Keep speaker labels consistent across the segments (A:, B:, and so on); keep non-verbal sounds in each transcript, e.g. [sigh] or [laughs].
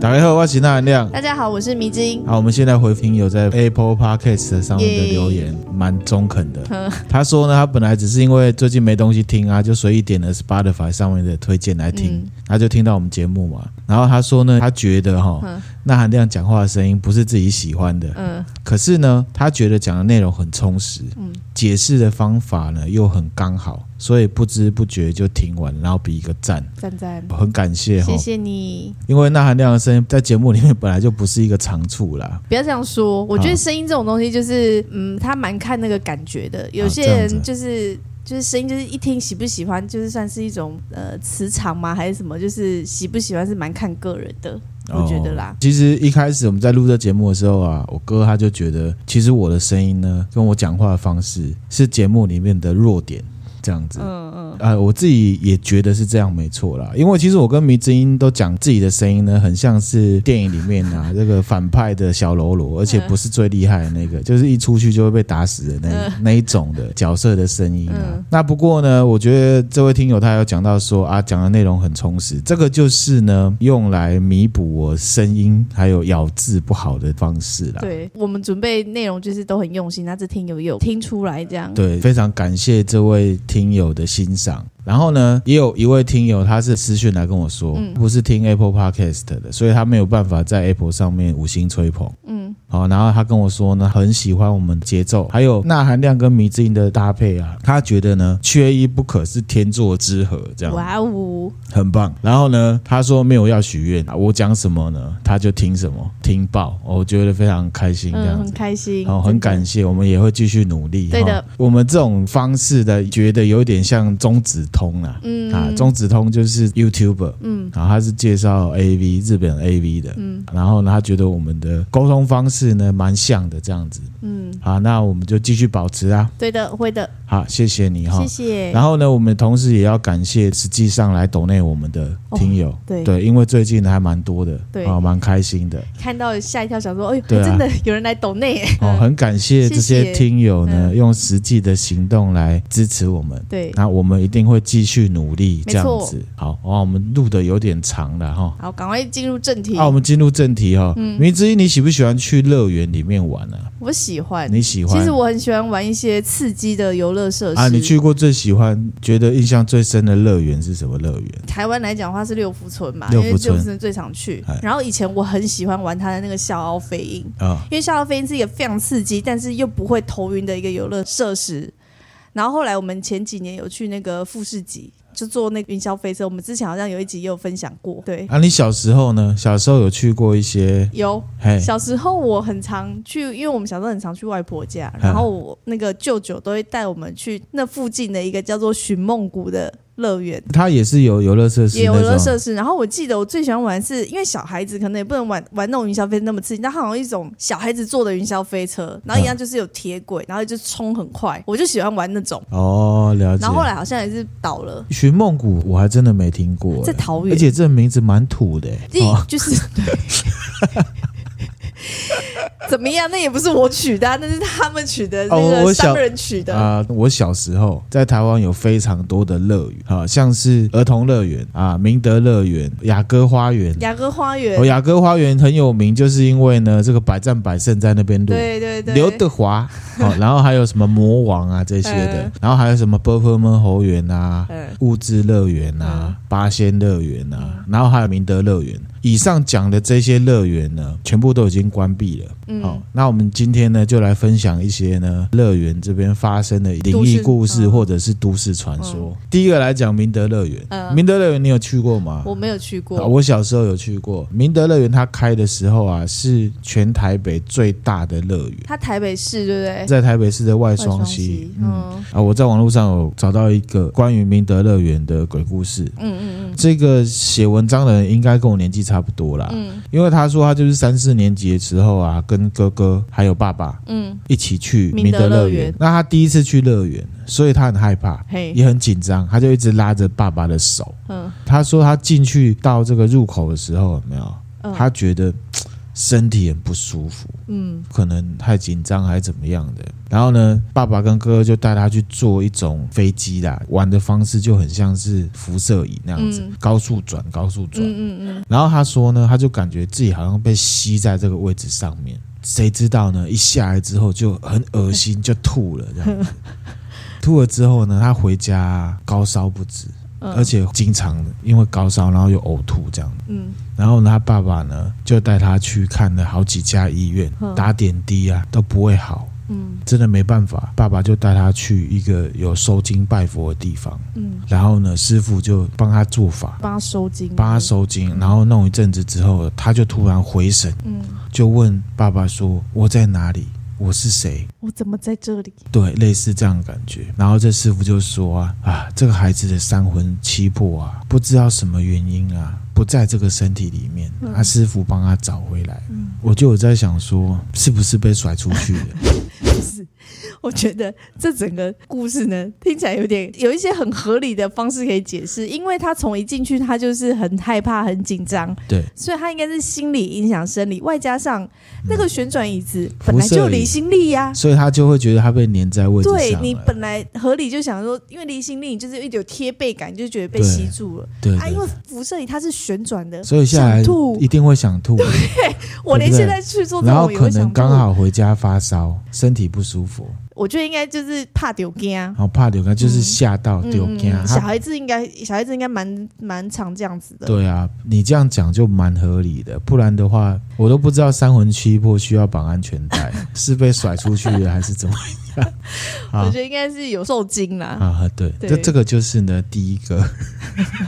A: 打开后，我是那含亮。
B: 大家好，我是迷之音。
A: 好，我们现在回评有在 Apple Podcast 上面的留言，蛮中肯的。他说呢，他本来只是因为最近没东西听啊，就随意点了 Spotify 上面的推荐来
B: 嗯
A: 听，他就听到我们节目嘛。然后他说呢，他觉得哈
B: 嗯，
A: 那含亮讲话的声音不是自己喜欢的，
B: 嗯
A: 可是呢，他觉得讲的内容很充实，
B: 嗯
A: 解释的方法呢又很刚好，所以不知不觉就听完，然后比一个赞，
B: 赞赞，
A: 很感谢哈
B: 谢。谢你。
A: 因为那含量的声音在节目里面本来就不是一个长处啦，
B: 不要这样说，我觉
A: 好
B: 得声音这种东西就是，嗯，他蛮看那个感觉的。有些
A: 啊这样子
B: 人就是。就是声音，就是一听喜不喜欢，就是算是一种呃磁场吗，还是什么？就是喜不喜欢是蛮看个人的，我觉得啦
A: 哦。其实一开始我们在录这节目的时候啊，我哥他就觉得，其实我的声音呢，跟我讲话的方式是节目里面的弱点，这样子。
B: 嗯嗯，
A: 呃，我自己也觉得是这样，没错啦。因为其实我跟迷之音都讲自己的声音呢，很像是电影里面啊这个反派的小喽啰，而且不是最厉害的那个，就是一出去就会被打死的那、那一种的角色的声音啊。那不过呢，我觉得这位听友他有讲到说啊，讲的内容很充实，这个就是呢用来弥补我声音还有咬字不好的方式啦。
B: 对，我们准备内容就是都很用心，那这听友也有听出来这样。
A: 对，非常感谢这位听友的欣赏。然后呢，也有一位听友他是私讯来跟我说，
B: 嗯
A: 不是听 Apple Podcast 的，所以他没有办法在 Apple 上面五星吹捧。
B: 嗯，
A: 好，然后他跟我说呢，很喜欢我们节奏，还有钠含量跟迷之音的搭配啊，他觉得呢缺一不可，是天作之合，这样
B: 哇哦，
A: 很棒。然后呢，他说没有要许愿，啊我讲什么呢，他就听什么，听爆，哦我觉得非常开心，这
B: 嗯，
A: 样
B: 很
A: 子。
B: 开心，
A: 好、很感谢，我们也会继续努力。
B: 对的
A: 哈我们这种方式的，觉得有点像中子通啦、啊。
B: 真的，
A: 啊，
B: 嗯，
A: 中子通就是 YouTuber，
B: 嗯
A: 然后他是介绍 AV 日本 AV 的，然后呢，他觉得我们的沟通方式呢蛮像的这样子，
B: 嗯，
A: 好，那我们就继续保持啊，
B: 对的，会的，
A: 好，谢谢你哈、
B: 谢谢。
A: 然后呢，我们同时也要感谢实际上来抖内我们的听友，
B: 哦对
A: 对，因为最近还蛮多的，
B: 对
A: 啊、蛮开心的，
B: 看到吓一跳，想说，哎呦，
A: 对啊
B: 真的有人来抖内，
A: 哦，很感谢这
B: 谢
A: 些
B: 嗯谢嗯
A: 听友呢，用实际的行动来支持我们。
B: 对，
A: 那我们一定会继续努力，
B: 没错
A: 这样子。好，哇，我们录的有点长了哈。啊
B: 好，赶快进入正题。
A: 那我们进入正题哈。
B: 嗯
A: 迷之一，你喜不喜欢去乐园里面玩啊？
B: 我喜欢，
A: 你喜欢？
B: 呃其实我很喜欢玩一些刺激的游乐设施。
A: 啊，你去过最喜欢、觉得印象最深的乐园是什么乐园？
B: 台湾来讲的话是六福村嘛，
A: 六福村
B: 因为六福村最常去
A: 哎。
B: 然后以前我很喜欢玩它的那个笑傲飞鹰，
A: 啊，
B: 因为笑傲飞鹰是一个非常刺激，但是又不会头晕的一个游乐设施。然后后来我们前几年有去那个富士急，就坐那个云霄飞车。我们之前好像有一集也有分享过，对，
A: 啊，你小时候呢？小时候有去过一些？
B: 有
A: 嘿，
B: 小时候我很常去，因为我们小时候很常去外婆家，然后我那个舅舅都会带我们去那附近的一个叫做寻梦谷的乐园。
A: 它也是有游乐设施
B: 也
A: 那
B: 有
A: 种，
B: 游乐设施，然后我记得我最喜欢玩是，因为小孩子可能也不能玩玩那种云霄飞车那么刺激，但它好像一种小孩子坐的云霄飞车，然
A: 嗯
B: 后一样就是有铁轨，然后就冲很快，我就喜欢玩那种。
A: 哦，了解
B: 然。后后来好像也是倒了，
A: 寻梦谷我还真的没听过、
B: 在
A: 哎
B: 桃
A: 而
B: 园，
A: 且这名字蛮土的、欸，
B: 第就是对， [laughs] 怎么样？那也不是我取的啊、那是他们取的，那
A: 哦我
B: 个
A: 我想
B: 商人取的。
A: 啊、我小时候在台湾有非常多的乐园啊，像是儿童乐园啊、明德乐园、雅歌花园。
B: 雅阁花园
A: 哦，，雅歌花园很有名，就是因为呢，这个百战百胜在那边录。
B: 对对对，
A: 刘德华，
B: [laughs]
A: 哦，然后还有什么魔王啊这些的
B: 嗯，
A: 然后还有什么波波门猴园啊、
B: 嗯
A: 物质乐园啊、八仙乐园啊，然后还有明德乐园。以上讲的这些乐园呢，全部都已经关闭了。好、
B: 嗯，
A: 那我们今天呢，就来分享一些呢乐园这边发生的灵异故
B: 都
A: 事
B: 市嗯
A: 或者是都市传说。第一个来讲明德乐园，
B: 嗯
A: 明德乐园你有去过吗？
B: 我没有去
A: 啊
B: 过，
A: 我小时候有去过明德乐园，它开的时候啊，是全台北最大的乐园，
B: 它台北市对不对？
A: 在台北市的外
B: 外
A: 双溪
B: 溪。，嗯
A: 啊，我在网络上有找到一个关于明德乐园的鬼故事。
B: 嗯嗯
A: 这个写文章的人应该跟我年纪差不多啦，
B: 嗯
A: 因为他说他就是三四年级的时候啊，跟哥哥还有爸爸
B: 嗯嗯，
A: 一起去
B: 明
A: 明德
B: 德
A: 乐
B: 乐
A: 园
B: 园。
A: 那他第一次去乐园，所以他很害怕，
B: 嘿，
A: 也很紧张，他就一直拉着爸爸的手。
B: 嗯
A: 他说他进去到这个入口的时候，有没有？
B: 嗯，
A: 他觉得嘖身体很不舒服，
B: 嗯
A: 可能太紧张还是怎么样的。然后呢，爸爸跟哥哥就带他去坐一种飞机啦，玩的方式就很像是辐射椅那样子，
B: 嗯
A: 高速转，高速转。
B: 嗯嗯
A: 然后他说呢，他就感觉自己好像被吸在这个位置上面，谁知道呢？一下来之后就很恶心，就吐了这样
B: [laughs]
A: 子。吐了之后呢，他回家高烧不止，
B: 嗯，
A: 而且经常因为高烧然后又呕吐这样。
B: 嗯
A: 然后呢，他爸爸呢就带他去看了好几家医院，
B: 嗯
A: 打点滴啊都不会好，
B: 嗯
A: 真的没办法。爸爸就带他去一个有收经拜佛的地方，
B: 嗯，
A: 然后呢，师傅就帮他做法，
B: 帮他收金，
A: 帮他，收经，然后弄一阵子之后，他就突然回神，
B: 嗯，
A: 就问爸爸说：“我在哪里？我是谁
B: 我怎么在这里？？”
A: 对，类似这样的感觉。然后这师傅就说啊：“啊，这个孩子的三魂七魄啊，不知道什么原因啊，不在这个身体里面。
B: 嗯
A: 啊”师傅帮他找回来。
B: 嗯
A: 我就有在想说，是不是被甩出去
B: [laughs]
A: 的？
B: 我觉得这整个故事呢，听起来有点有一些很合理的方式可以解释，因为他从一进去，他就是很害怕、很紧张，
A: 对，
B: 所以他应该是心理影响生理，外加上那个旋转椅子
A: 辐射
B: 本来
A: 嗯
B: 就
A: 椅
B: 离心力呀、
A: 所以他就会觉得他被粘在位置上
B: 对
A: 了。
B: 你本来合理就想说，因为离心力你就是有一点贴背感，你就觉得被
A: 对
B: 吸住了
A: 对
B: 啊。因为
A: 对，
B: 辐射椅它是旋转的，
A: 所以下来
B: 想吐
A: 一定会想吐。
B: 我连
A: 对不对
B: 现在去做这
A: 然后
B: 种也
A: 可
B: 会想
A: 能
B: 吐
A: 刚，好回家发烧，身体不舒服，
B: 我觉得应该就是怕丢惊啊
A: 然。后怕流感，就是吓到
B: 嗯
A: 丢
B: 嗯
A: 惊。啊
B: 嗯
A: 他
B: 小孩子应该，小孩子应该蛮蛮常这样子的。
A: 对啊，你这样讲就蛮合理的，不然的话，我都不知道三魂七魄需要绑安全
B: [laughs]
A: 带，是被甩出去的还是怎么样？
B: 我觉得应该是有受惊
A: 啊
B: 啦，
A: 啊，对，
B: 对
A: 这这个就是呢，第一个， [laughs]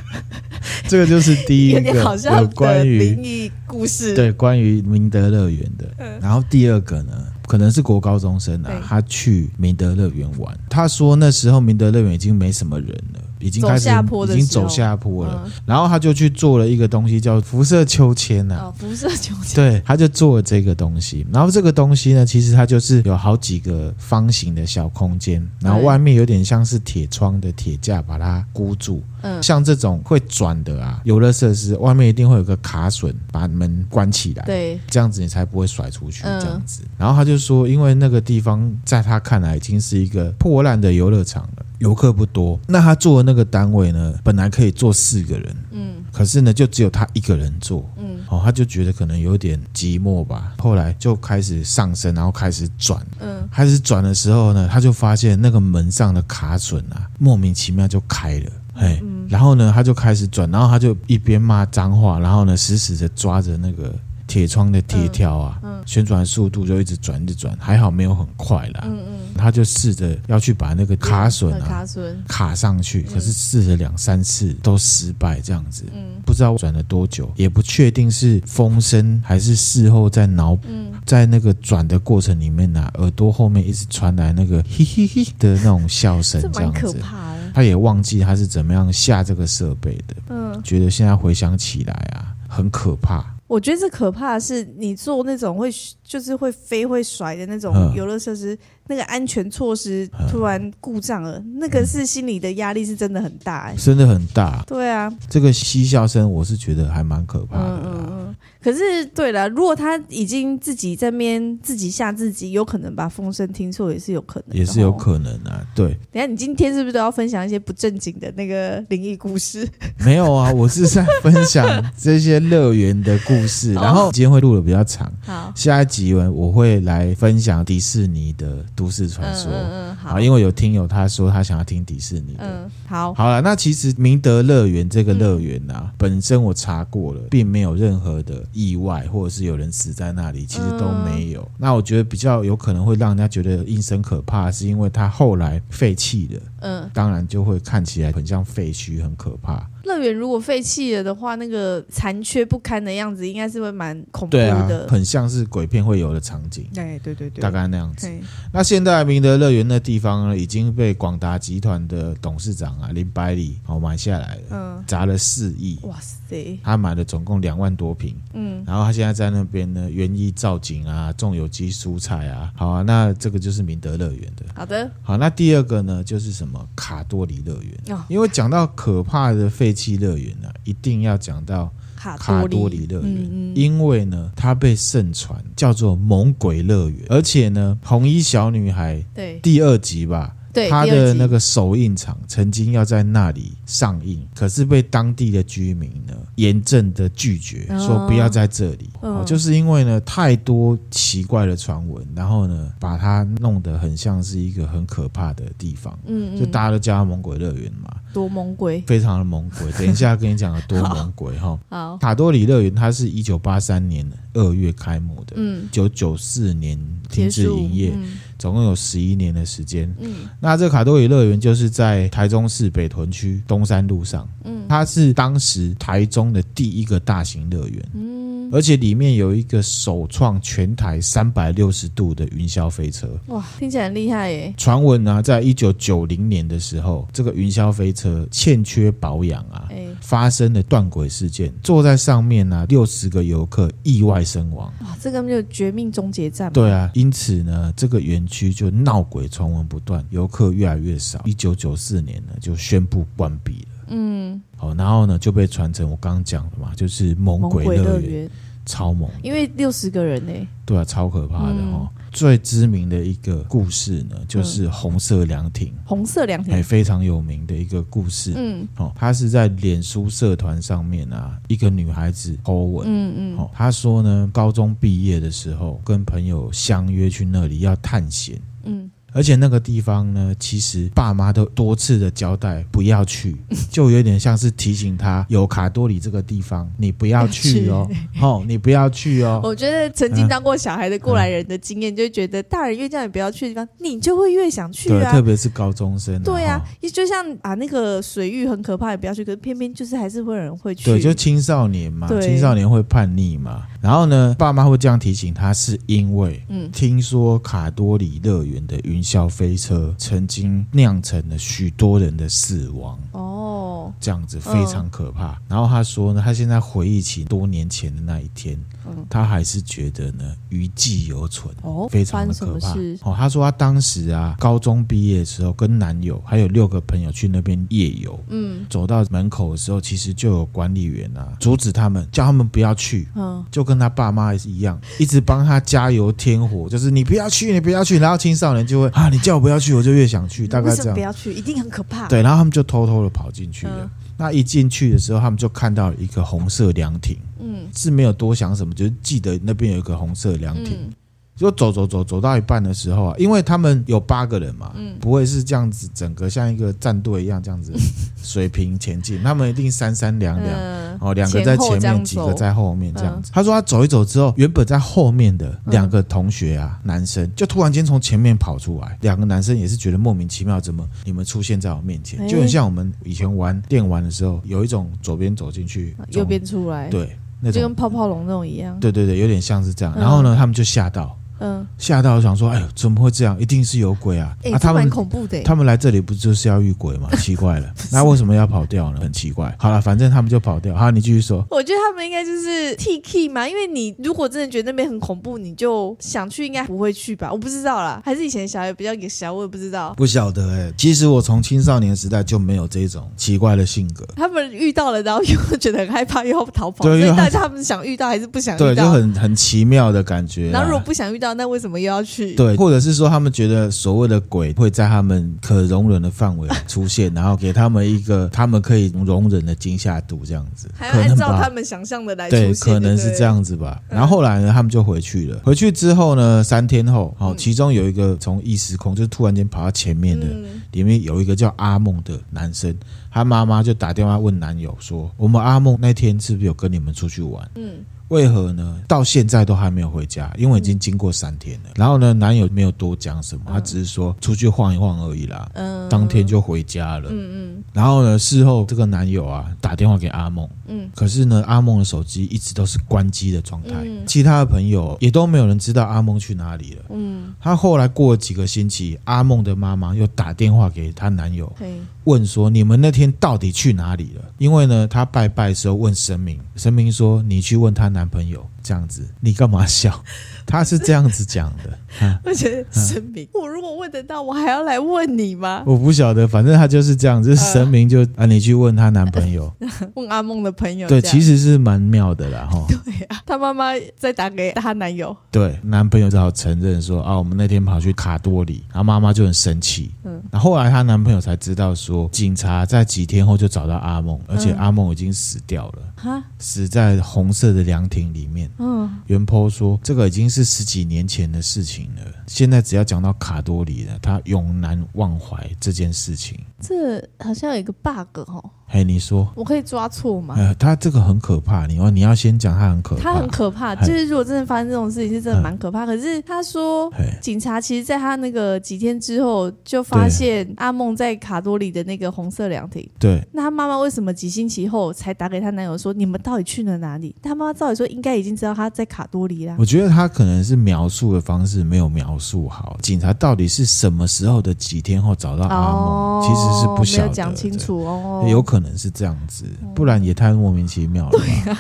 A: 这个就是第一
B: 有
A: 个
B: 点好
A: 有
B: 像的
A: 关于
B: 灵异故事。
A: 对，关于明德乐园的。然后第二个呢，可能是国高中生啊
B: 嗯对，
A: 他去明德乐园玩。他说那时候明德乐园已经没什么人了，已经
B: 走
A: 开始
B: 下坡的
A: 已经
B: 时候
A: 走下坡了。
B: 嗯
A: 然后他就去做了一个东西叫辐射秋千啊。
B: 哦，辐射球精，
A: 对，他就做了这个东西，然后这个东西呢，其实它就是有好几个方形的小空间，然后
B: 对
A: 外面有点像是铁窗的铁架把它箍住，
B: 嗯
A: 像这种会转的啊，游乐设施外面一定会有个卡榫把门关起来，
B: 对，
A: 这样子你才不会甩出去
B: 嗯
A: 这样子。然后他就说，因为那个地方在他看来已经是一个破烂的游乐场了，游客不多。那他做的那个单位呢，本来可以坐四个人，
B: 嗯
A: 可是呢，就只有他一个人坐。
B: 嗯
A: 哦，他就觉得可能有点寂寞吧，后来就开始上升，然后开始转，
B: 嗯，
A: 开始转的时候呢，他就发现那个门上的卡榫啊，莫名其妙就开了。哎，
B: 嗯
A: 然后呢，他就开始转，然后他就一边骂脏话，然后呢，死死的抓着那个铁窗的铁条啊，
B: 嗯
A: 旋转速度就一直转，一直转，还好没有很快啦。
B: 嗯嗯，
A: 他就试着要去把那个卡榫
B: 呃
A: 啊
B: 卡榫，
A: 卡上去，可是试了两三次都失败，这样子，
B: 嗯
A: 不知道转了多久，也不确定是风声还是事后在脑补
B: 嗯，
A: 在那个转的过程里面呢、耳朵后面一直传来那个 [laughs] 嘿嘿嘿的那种笑声
B: 这，
A: 这
B: 蛮
A: 样
B: 可
A: 子。
B: 怕的。
A: 他也忘记他是怎么样下这个设备的，
B: 嗯，
A: 觉得现在回想起来啊，很可怕。
B: 我觉得这可怕的是，你做那种会就是会飞会甩的那种
A: 嗯
B: 游乐设施，那个安全措施
A: 嗯
B: 突然故障了，那个是心理的压力是真的很大哎、
A: 真的很大，
B: 对啊，
A: 这个嬉笑声我是觉得还蛮可怕
B: 嗯
A: 的
B: 嗯
A: 啦。
B: 嗯。可是对了，如果他已经自己在面自己吓自己，有可能把风声听错，也是有可能的哦，
A: 也是有可能啊，对，
B: 等一下，你今天是不是都要分享一些不正经的那个灵异
A: [laughs]
B: 故事？ [laughs]
A: 没有啊，我是在分享这些乐园的故事，
B: 哦
A: 然后今天会录的比较长，
B: 好，
A: 下一集我我会来分享迪士尼的都市传
B: 嗯
A: 说，
B: 嗯嗯，好
A: 好，，因为有听友他说他想要听迪士尼的。
B: 嗯好，
A: 好了，那其实明德乐园这个乐园
B: 嗯
A: 啊，本身我查过了，并没有任何的意外，或者是有人死在那里，其实都没
B: 嗯
A: 有。那我觉得比较有可能会让人家觉得阴森可怕，是因为它后来废弃了，
B: 嗯，
A: 当然就会看起来很像废墟，很可怕。
B: 乐园如果废弃了的话，那个残缺不堪的样子，应该是会蛮恐怖
A: 对啊
B: 的，。
A: 很像是鬼片会有的场景，
B: 哎，对对对
A: 大概那样子。
B: 对，
A: 那现在明德乐园那地方呢，已经被广达集团的董事长啊林百里哦买下来了，
B: 嗯，
A: 砸了四亿。
B: 哇塞，
A: 他买了总共两万多平，
B: 嗯
A: 然后他现在在那边呢，园艺造景啊，种有机蔬菜啊，好啊，那这个就是明德乐园的。
B: 好的，
A: 好，那第二个呢，就是什么卡多里乐园，
B: 哦
A: 因为讲到可怕的废弃乐园呢、啊，一定要讲到
B: 卡
A: 卡多
B: 多
A: 里
B: 里
A: 乐园，
B: 嗯嗯，
A: 因为呢，它被盛传叫做猛鬼乐园，而且呢，红衣小女孩
B: 对
A: 第二集吧，
B: 对，
A: 它
B: 第二
A: 的
B: 集
A: 那个首映场曾经要在那里上映，可是被当地的居民呢严正的拒绝，
B: 哦
A: 说不要在这里、
B: 嗯
A: 哦，就是因为呢太多奇怪的传闻，然后呢把它弄得很像是一个很可怕的地方，
B: 嗯嗯，
A: 就大家都叫它猛鬼乐园嘛，
B: 多蒙龟
A: 非常的猛鬼。等一下跟你讲有多猛鬼哈。
B: 好，
A: 塔多里乐园它是一九八三年二月开幕的，
B: 嗯，
A: 九九四年停
B: 结
A: 止
B: 束
A: 营业，
B: 嗯
A: 总共有十一年的时间。
B: 嗯
A: 那这卡多里乐园就是在台中市北屯区东山路上，
B: 嗯
A: 它是当时台中的第一个大型乐园，
B: 嗯，
A: 而且里面有一个首创全台三百六十度的云霄飞车。
B: 哇，听起来很厉害耶，
A: 传闻呢，在一九九零年的时候，这个云霄飞车欠缺保养啊，
B: 哎，
A: 发生了断轨事件，坐在上面呢、啊，六十个游客意外身亡。
B: 哇，这个没有绝命终结战嘛，
A: 对啊，因此呢，这个园区就闹鬼传闻不断，游客越来越少。一九九四年呢，就宣布关闭了。
B: 嗯，
A: 好，然后呢，就被传成我刚刚讲的嘛，就是猛
B: 猛
A: 鬼
B: 鬼乐
A: 乐园，
B: 园，
A: 超猛，
B: 因为六十个人呢，
A: 对啊，超可怕的
B: 嗯
A: 哈、哦。最知名的一个故事呢，就是红色凉亭，
B: 红色凉
A: 哎，
B: 亭，
A: 非常有名的一个故事。
B: 嗯
A: 哦，他是在脸书社团上面啊，一个女孩子 po 文，
B: 嗯嗯，
A: 哦，他说呢，高中毕业的时候跟朋友相约去那里要探险，
B: 嗯，
A: 而且那个地方呢，其实爸妈都多次的交代不要去，
B: [laughs]
A: 就有点像是提醒他有卡多里这个地方，你不要去
B: [laughs]
A: 哦， [laughs] 哦，你不要去哦。
B: 我觉得曾经当过小孩的过来人的经验，就会觉得大人越叫你不要去的地方，你就会越想去
A: 对，特
B: 啊。
A: 别是高中生、
B: 对啊
A: 哦，
B: 也就像啊，那个水域很可怕，也不要去，可是偏偏就是还是会有人会去。
A: 对，就青少年嘛，
B: 对
A: 青少年会叛逆嘛。然后呢，爸妈会这样提醒他，是因为
B: 嗯
A: 听说卡多里乐园的云霄飞车曾经酿成了许多人的死亡。
B: 哦，
A: 这样子非常可怕。然后他说呢，他现在回忆起多年前的那一天，
B: 嗯
A: 他还是觉得呢余悸犹存，
B: 哦
A: 非常
B: 发
A: 的
B: 生什
A: 可
B: 么
A: 怕
B: 事。
A: 哦，他说他当时啊，高中毕业的时候，跟男友还有六个朋友去那边夜游。
B: 嗯
A: 走到门口的时候，其实就有管理员啊阻止他们，叫他们不要去，
B: 嗯，
A: 就跟他爸妈一样，一直帮他加油添火，就是你不要去，你不要去。然后青少年就会啊，你叫我不要去，我就越想去，大概
B: 为
A: 这
B: 什
A: 样
B: 么不。要去？一定很可怕。，
A: 对，然后他们就偷偷的跑进去了。
B: 嗯
A: 那一进去的时候，他们就看到一个红色凉亭，
B: 嗯
A: 是没有多想什么，就是记得那边有一个红色凉亭。
B: 嗯
A: 就走走走走到一半的时候啊，因为他们有八个人嘛，
B: 嗯
A: 不会是这样子，整个像一个战队一样这样
B: [laughs]
A: 子水平前进，他们一定三三两两。
B: 嗯，
A: 哦，两个在前
B: 前后这
A: 面，
B: 样
A: 几
B: 走
A: 个在后面，这样
B: 嗯
A: 子。他说他走一走之后，原本在后面的两个同学啊，男生就突然间从前面跑出来，两个男生也是觉得莫名其妙，怎么你们出现在我面前？
B: 哎
A: 就很像我们以前玩电玩的时候，有一种左边走进去，
B: 啊右
A: 从
B: 边出来，，
A: 对那
B: 就
A: 种
B: 跟，泡泡龙那种一样。
A: 对对对，有点像是这样。
B: 嗯
A: 然后呢，他们就吓到，
B: 嗯，
A: 吓到想说，哎呦，怎么会这样？一定是有鬼啊！
B: 哎
A: 啊，，
B: 这
A: 他
B: 蛮
A: 们
B: 恐怖的耶。
A: 他们来这里不就是要遇鬼吗？奇怪
B: [laughs]
A: 了，那为什么要跑掉呢？很奇怪。好了，反正他们就跑掉。好，你继续说。
B: 我觉得他们应该就是 T K 嘛，因为你如果真的觉得那边很恐怖，你就想去，应该不会去吧？我不知道啦，还是以前小孩比较小，我也不知道。
A: 不晓得哎、其实我从青少年时代就没有这种奇怪的性格，
B: 他们遇到了，然后又觉得很害怕，又要逃跑，所
A: 对
B: 以
A: 因为
B: 大家他们想遇到还是不想
A: 对，
B: 遇
A: 就
B: 到？
A: 很很奇妙的感觉
B: 然后如
A: 啦。
B: 果不想遇到，那为什么又要去？
A: 对，或者是说他们觉得所谓的鬼会在他们可容忍的范围出现，然后给他们一个他们可以容忍的惊吓度，这样子，
B: 还要
A: 可
B: 按
A: 能
B: 照他
A: 吧。
B: 们想象的来出
A: 对，
B: 现，
A: 可能是这。样子吧。
B: 嗯
A: 然后后来呢，他们就回去了。回去之后呢，三天后，哦，
B: 嗯
A: 其中有一个从异时空，就是突然间跑到前面的，
B: 嗯，
A: 里面有一个叫阿梦的男生，他妈妈就打电话问男友说：“我们阿梦那天是不是有跟你们出去玩？
B: 嗯，
A: 为何呢？到现在都还没有回家，因为已经经过三天了。然后呢，男友没有多讲什么，他只是说出去晃一晃而已啦。
B: 嗯
A: 当天就回家了。
B: 嗯
A: 然后呢，事后这个男友啊打电话给阿梦，
B: 嗯
A: 可是呢，阿梦的手机一直都是关机的状态，
B: 嗯
A: 其他的朋友也都没有人知道阿梦去哪里了。
B: 嗯嗯，
A: 她后来过了几个星期，阿梦的妈妈又打电话给她男友，
B: 可以，
A: 问说你们那天到底去哪里了？因为呢，她拜拜的时候问神明，神明说你去问她男朋友这
B: [laughs]
A: 样子，你干嘛笑？她是这样子讲的，
B: 而且神明，我如果问问得到，我还要来问你吗？
A: 我不晓得，反正他就是这样，
B: 嗯
A: 就是神明就、啊，你去问她男朋友，
B: 问阿梦的朋友这
A: 对，
B: 样。
A: 其实是蛮妙的啦，哈。
B: 对啊，她妈妈在打给她男友，
A: 对，男朋友只好承认说啊，我们那天跑去卡多里，然后妈妈就很生气。嗯，然后后来她男朋友才知道说，警察在几天后就找到阿梦，而
B: 嗯
A: 且阿梦已经死掉了，
B: 哈，
A: 死在红色的凉亭里面。
B: 嗯，
A: 袁坡说，这个已经是十几年前的事情了，现在只要讲到卡多里了，他永难忘怀这件事情。
B: 这好像有一个 bug 哦，
A: 嘿，你说，
B: 我可以抓错吗？
A: 呃，他这个很可怕，你要你要先讲他很可怕，
B: 他很可怕，
A: 嗨
B: 就是如果真的发生这种事情，是真的蛮可怕。可是他说，
A: 嘿
B: 警察其实在他那个几天之后就发现阿梦在卡多里的那个红色凉亭。
A: 对，
B: 那她妈妈为什么几星期后才打给她男友说你们到底去了哪里？她妈妈照理说应该已经知道她在卡多里啦。
A: 我觉得他可能是描述的方式没有描述好，警察到底是什么时候的几天后找到阿蒙，
B: 哦，
A: 其实是不晓
B: 没
A: 得
B: 有
A: 的
B: 讲清，楚哦，
A: 有可能是这样子，不然也太莫名其妙了吧。对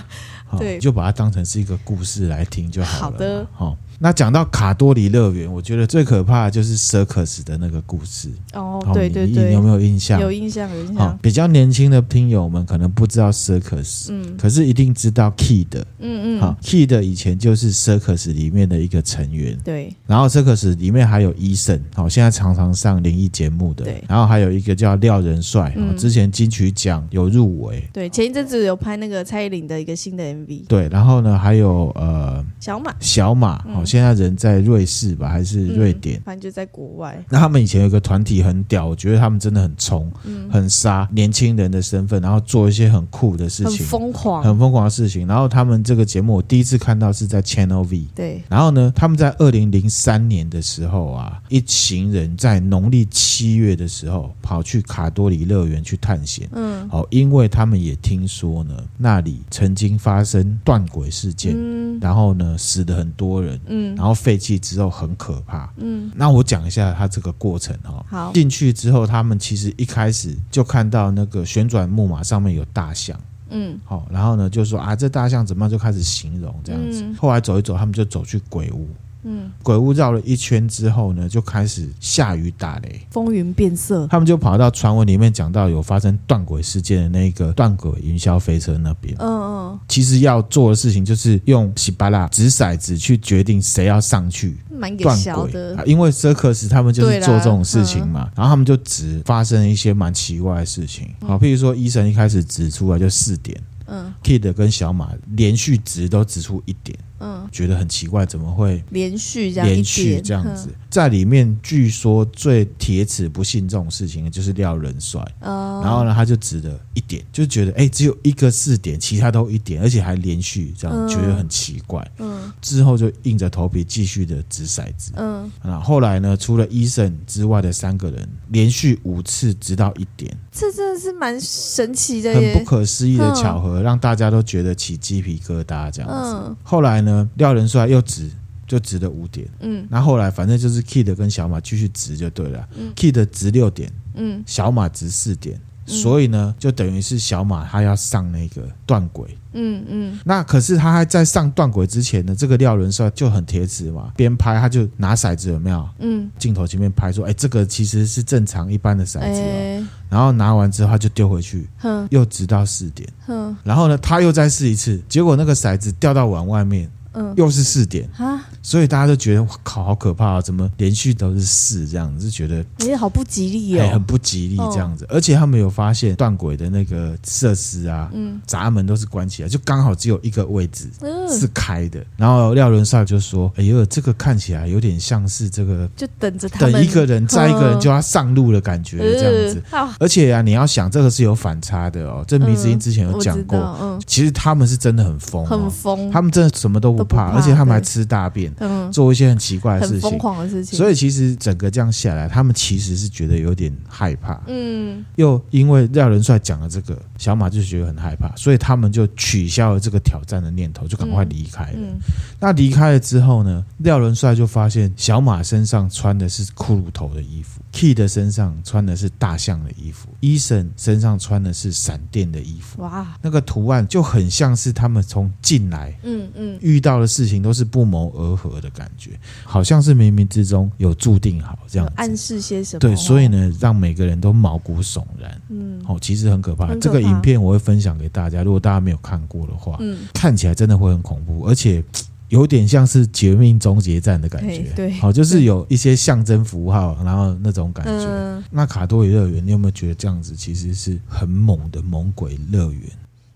A: 好
B: [laughs] 对
A: 就把它当成是一个故事来听就好了嘛。
B: 好的
A: 好、那讲到卡多里乐园，我觉得最可怕的就是 circus 的那个故事。
B: 哦
A: 好，
B: 对
A: 你
B: 对
A: 你
B: 对，
A: 有没有印象？
B: 有印象有印
A: 好
B: 象，
A: 比较年轻的听友们可能不知道 circus，、
B: 嗯
A: 可是一定知道 kid。
B: 嗯嗯，
A: 好，Kid 以前就是 Circus 里面的一个成员，
B: 对，
A: 然后 Circus 里面还有医生，好，现在常常上灵异节目的
B: 对，
A: 然后还有一个叫廖仁帅，好
B: 嗯
A: 之前金曲奖有入围，
B: 对，前一阵子有拍那个蔡依林的一个新的 MV《
A: 对，然后呢还有呃
B: 小马》，
A: 小马，好，现在人在瑞士吧，还是瑞典
B: 嗯，？反正就在国外。
A: 那他们以前有一个团体很屌，我觉得他们真的很冲，
B: 嗯
A: 很杀年轻人的身份，然后做一些很酷的事
B: 很
A: 情，
B: 疯狂，
A: 很疯狂的事情。然后他们这个节目我第一次看到是在 Channel V，
B: 对，
A: 然后呢，他们在二零零三年的时候啊，一行人在农历七月的时候跑去卡多里乐园去探险。
B: 嗯
A: 哦，因为他们也听说呢，那里曾经发生断轨事件，
B: 嗯
A: 然后呢死了很多人，
B: 嗯
A: 然后废弃之后很可怕。
B: 嗯，
A: 那我讲一下它这个过程哈、哦。
B: 好，
A: 进去之后，他们其实一开始就看到那个旋转木马上面有大象。
B: 嗯
A: 好、然后呢就说啊，这大象怎么样，就开始形容这样子。
B: 嗯
A: 后来走一走，他们就走去鬼屋，
B: 嗯，
A: 鬼屋绕了一圈之后呢，就开始下雨打雷。
B: 风云变色，
A: 他们就跑到传闻里面讲到有发生断轨事件的那个断轨云霄飞车那边。
B: 嗯嗯，
A: 其实要做的事情就是用喜巴拉掷骰子去决定谁要上去
B: 蛮给
A: 断
B: 小
A: 轨、啊
B: 的，
A: 因为 circus 他们就是
B: 对啦嗯
A: 做这种事情嘛，然后他们就指发生一些蛮奇怪的事情。好，譬如说医生一开始指出来就四点，
B: 嗯
A: Kid 跟小马连续值都值出一点，
B: 嗯，
A: 觉得很奇怪，怎么会
B: 连续这样一
A: 连续
B: 点嗯
A: 这样子？，在里面据说最铁齿不信这种事情的就是廖仁帅，
B: 嗯，
A: 然后呢他就值了一点，就觉得哎、只有一个四点，其他都一点，而且还连续这样，
B: 嗯
A: 觉得很奇怪。
B: 嗯
A: 之后就硬着头皮继续的掷骰子。
B: 嗯，
A: 那啊后来呢？除了医生之外的三个人，连续五次直到一点，
B: 这真的是蛮神奇的
A: 很不
B: 耶，
A: 可思议的
B: 嗯
A: 巧合，让大家都觉得起鸡皮疙瘩这样子。
B: 嗯
A: 后来呢，廖仁帅又值，就值了五点。
B: 嗯
A: 那后来反正就是 Kid 跟小马继续值就对了、Kid 值六点，
B: 嗯
A: 小马值四点。所以呢，就等于是小马他要上那个断轨，
B: 嗯嗯，
A: 那可是他还在上断轨之前呢，这个廖仁帅就很铁齿嘛，边拍他就拿骰子有没有？
B: 嗯，
A: 镜头前面拍说，哎、这个其实是正常一般的骰子、哦，
B: 哎，
A: 然后拿完之后他就丢回去，
B: 哼
A: 又直到四点，
B: 哼
A: 然后呢他又再试一次，结果那个骰子掉到碗外面，
B: 嗯，
A: 又是四点，
B: 啊，
A: 所以大家就觉得哇靠，好可怕啊！怎么连续都是四这样，就觉得
B: 哎，好不吉利
A: 哎很
B: 哦，
A: 不吉利这样子。而且他们有发现断轨的那个设施啊，
B: 嗯
A: 闸门都是关起来，就刚好只有一个位置是
B: 嗯，
A: 开的。然后廖伦帅就说：“哎呦，这个看起来有点像是这个
B: 就等着他
A: 等
B: 们
A: 一个人再一个人
B: 嗯
A: 就要上路的感觉这样子。”
B: 呃啊，
A: 而且啊，你要想这个是有反差的哦。这迷之音之前有
B: 我
A: 讲
B: 知
A: 过，
B: 道，嗯，
A: 其实他们是真的很疯、
B: 很
A: 哦，
B: 疯，
A: 他们真的什么都不
B: 都不
A: 怕，
B: 怕
A: 而且他们还
B: 对
A: 吃大便。
B: 嗯，
A: 做一些很奇怪的
B: 很
A: 事
B: 疯
A: 情。
B: 狂的事情，
A: 所以其实整个这样下来，他们其实是觉得有点害怕，
B: 嗯
A: 又因为廖仁帅讲了这个，小马就觉得很害怕，所以他们就取消了这个挑战的念头，就赶快离开了。
B: 嗯，
A: 那离开了之后呢，廖伦帅就发现小马身上穿的是骷髅头的衣服，Key 的身上穿的是大象的衣服，Eason 身上穿的是闪电的衣服，
B: 哇，
A: 那个图案就很像是他们从进来
B: 嗯嗯
A: 遇到的事情都是不谋而合的感觉，好像是冥冥之中有注定好这样
B: 有
A: 子
B: 暗。示哦些什么？
A: 对，所以，呢，让每个人都毛骨悚然。
B: 嗯
A: 哦，其实很可怕。
B: 很可怕
A: 这个影片我会分享给大家，如果大家没有看过的话，
B: 嗯，
A: 看起来真的会很恐怖，而且嘖有点像是《绝命终结战》的感觉
B: 嘿。对
A: 好、就是有一些象征符号，然后那种感觉。
B: 嗯
A: 那卡多里乐园，你有没有觉得这样子其实是很猛的猛鬼乐园？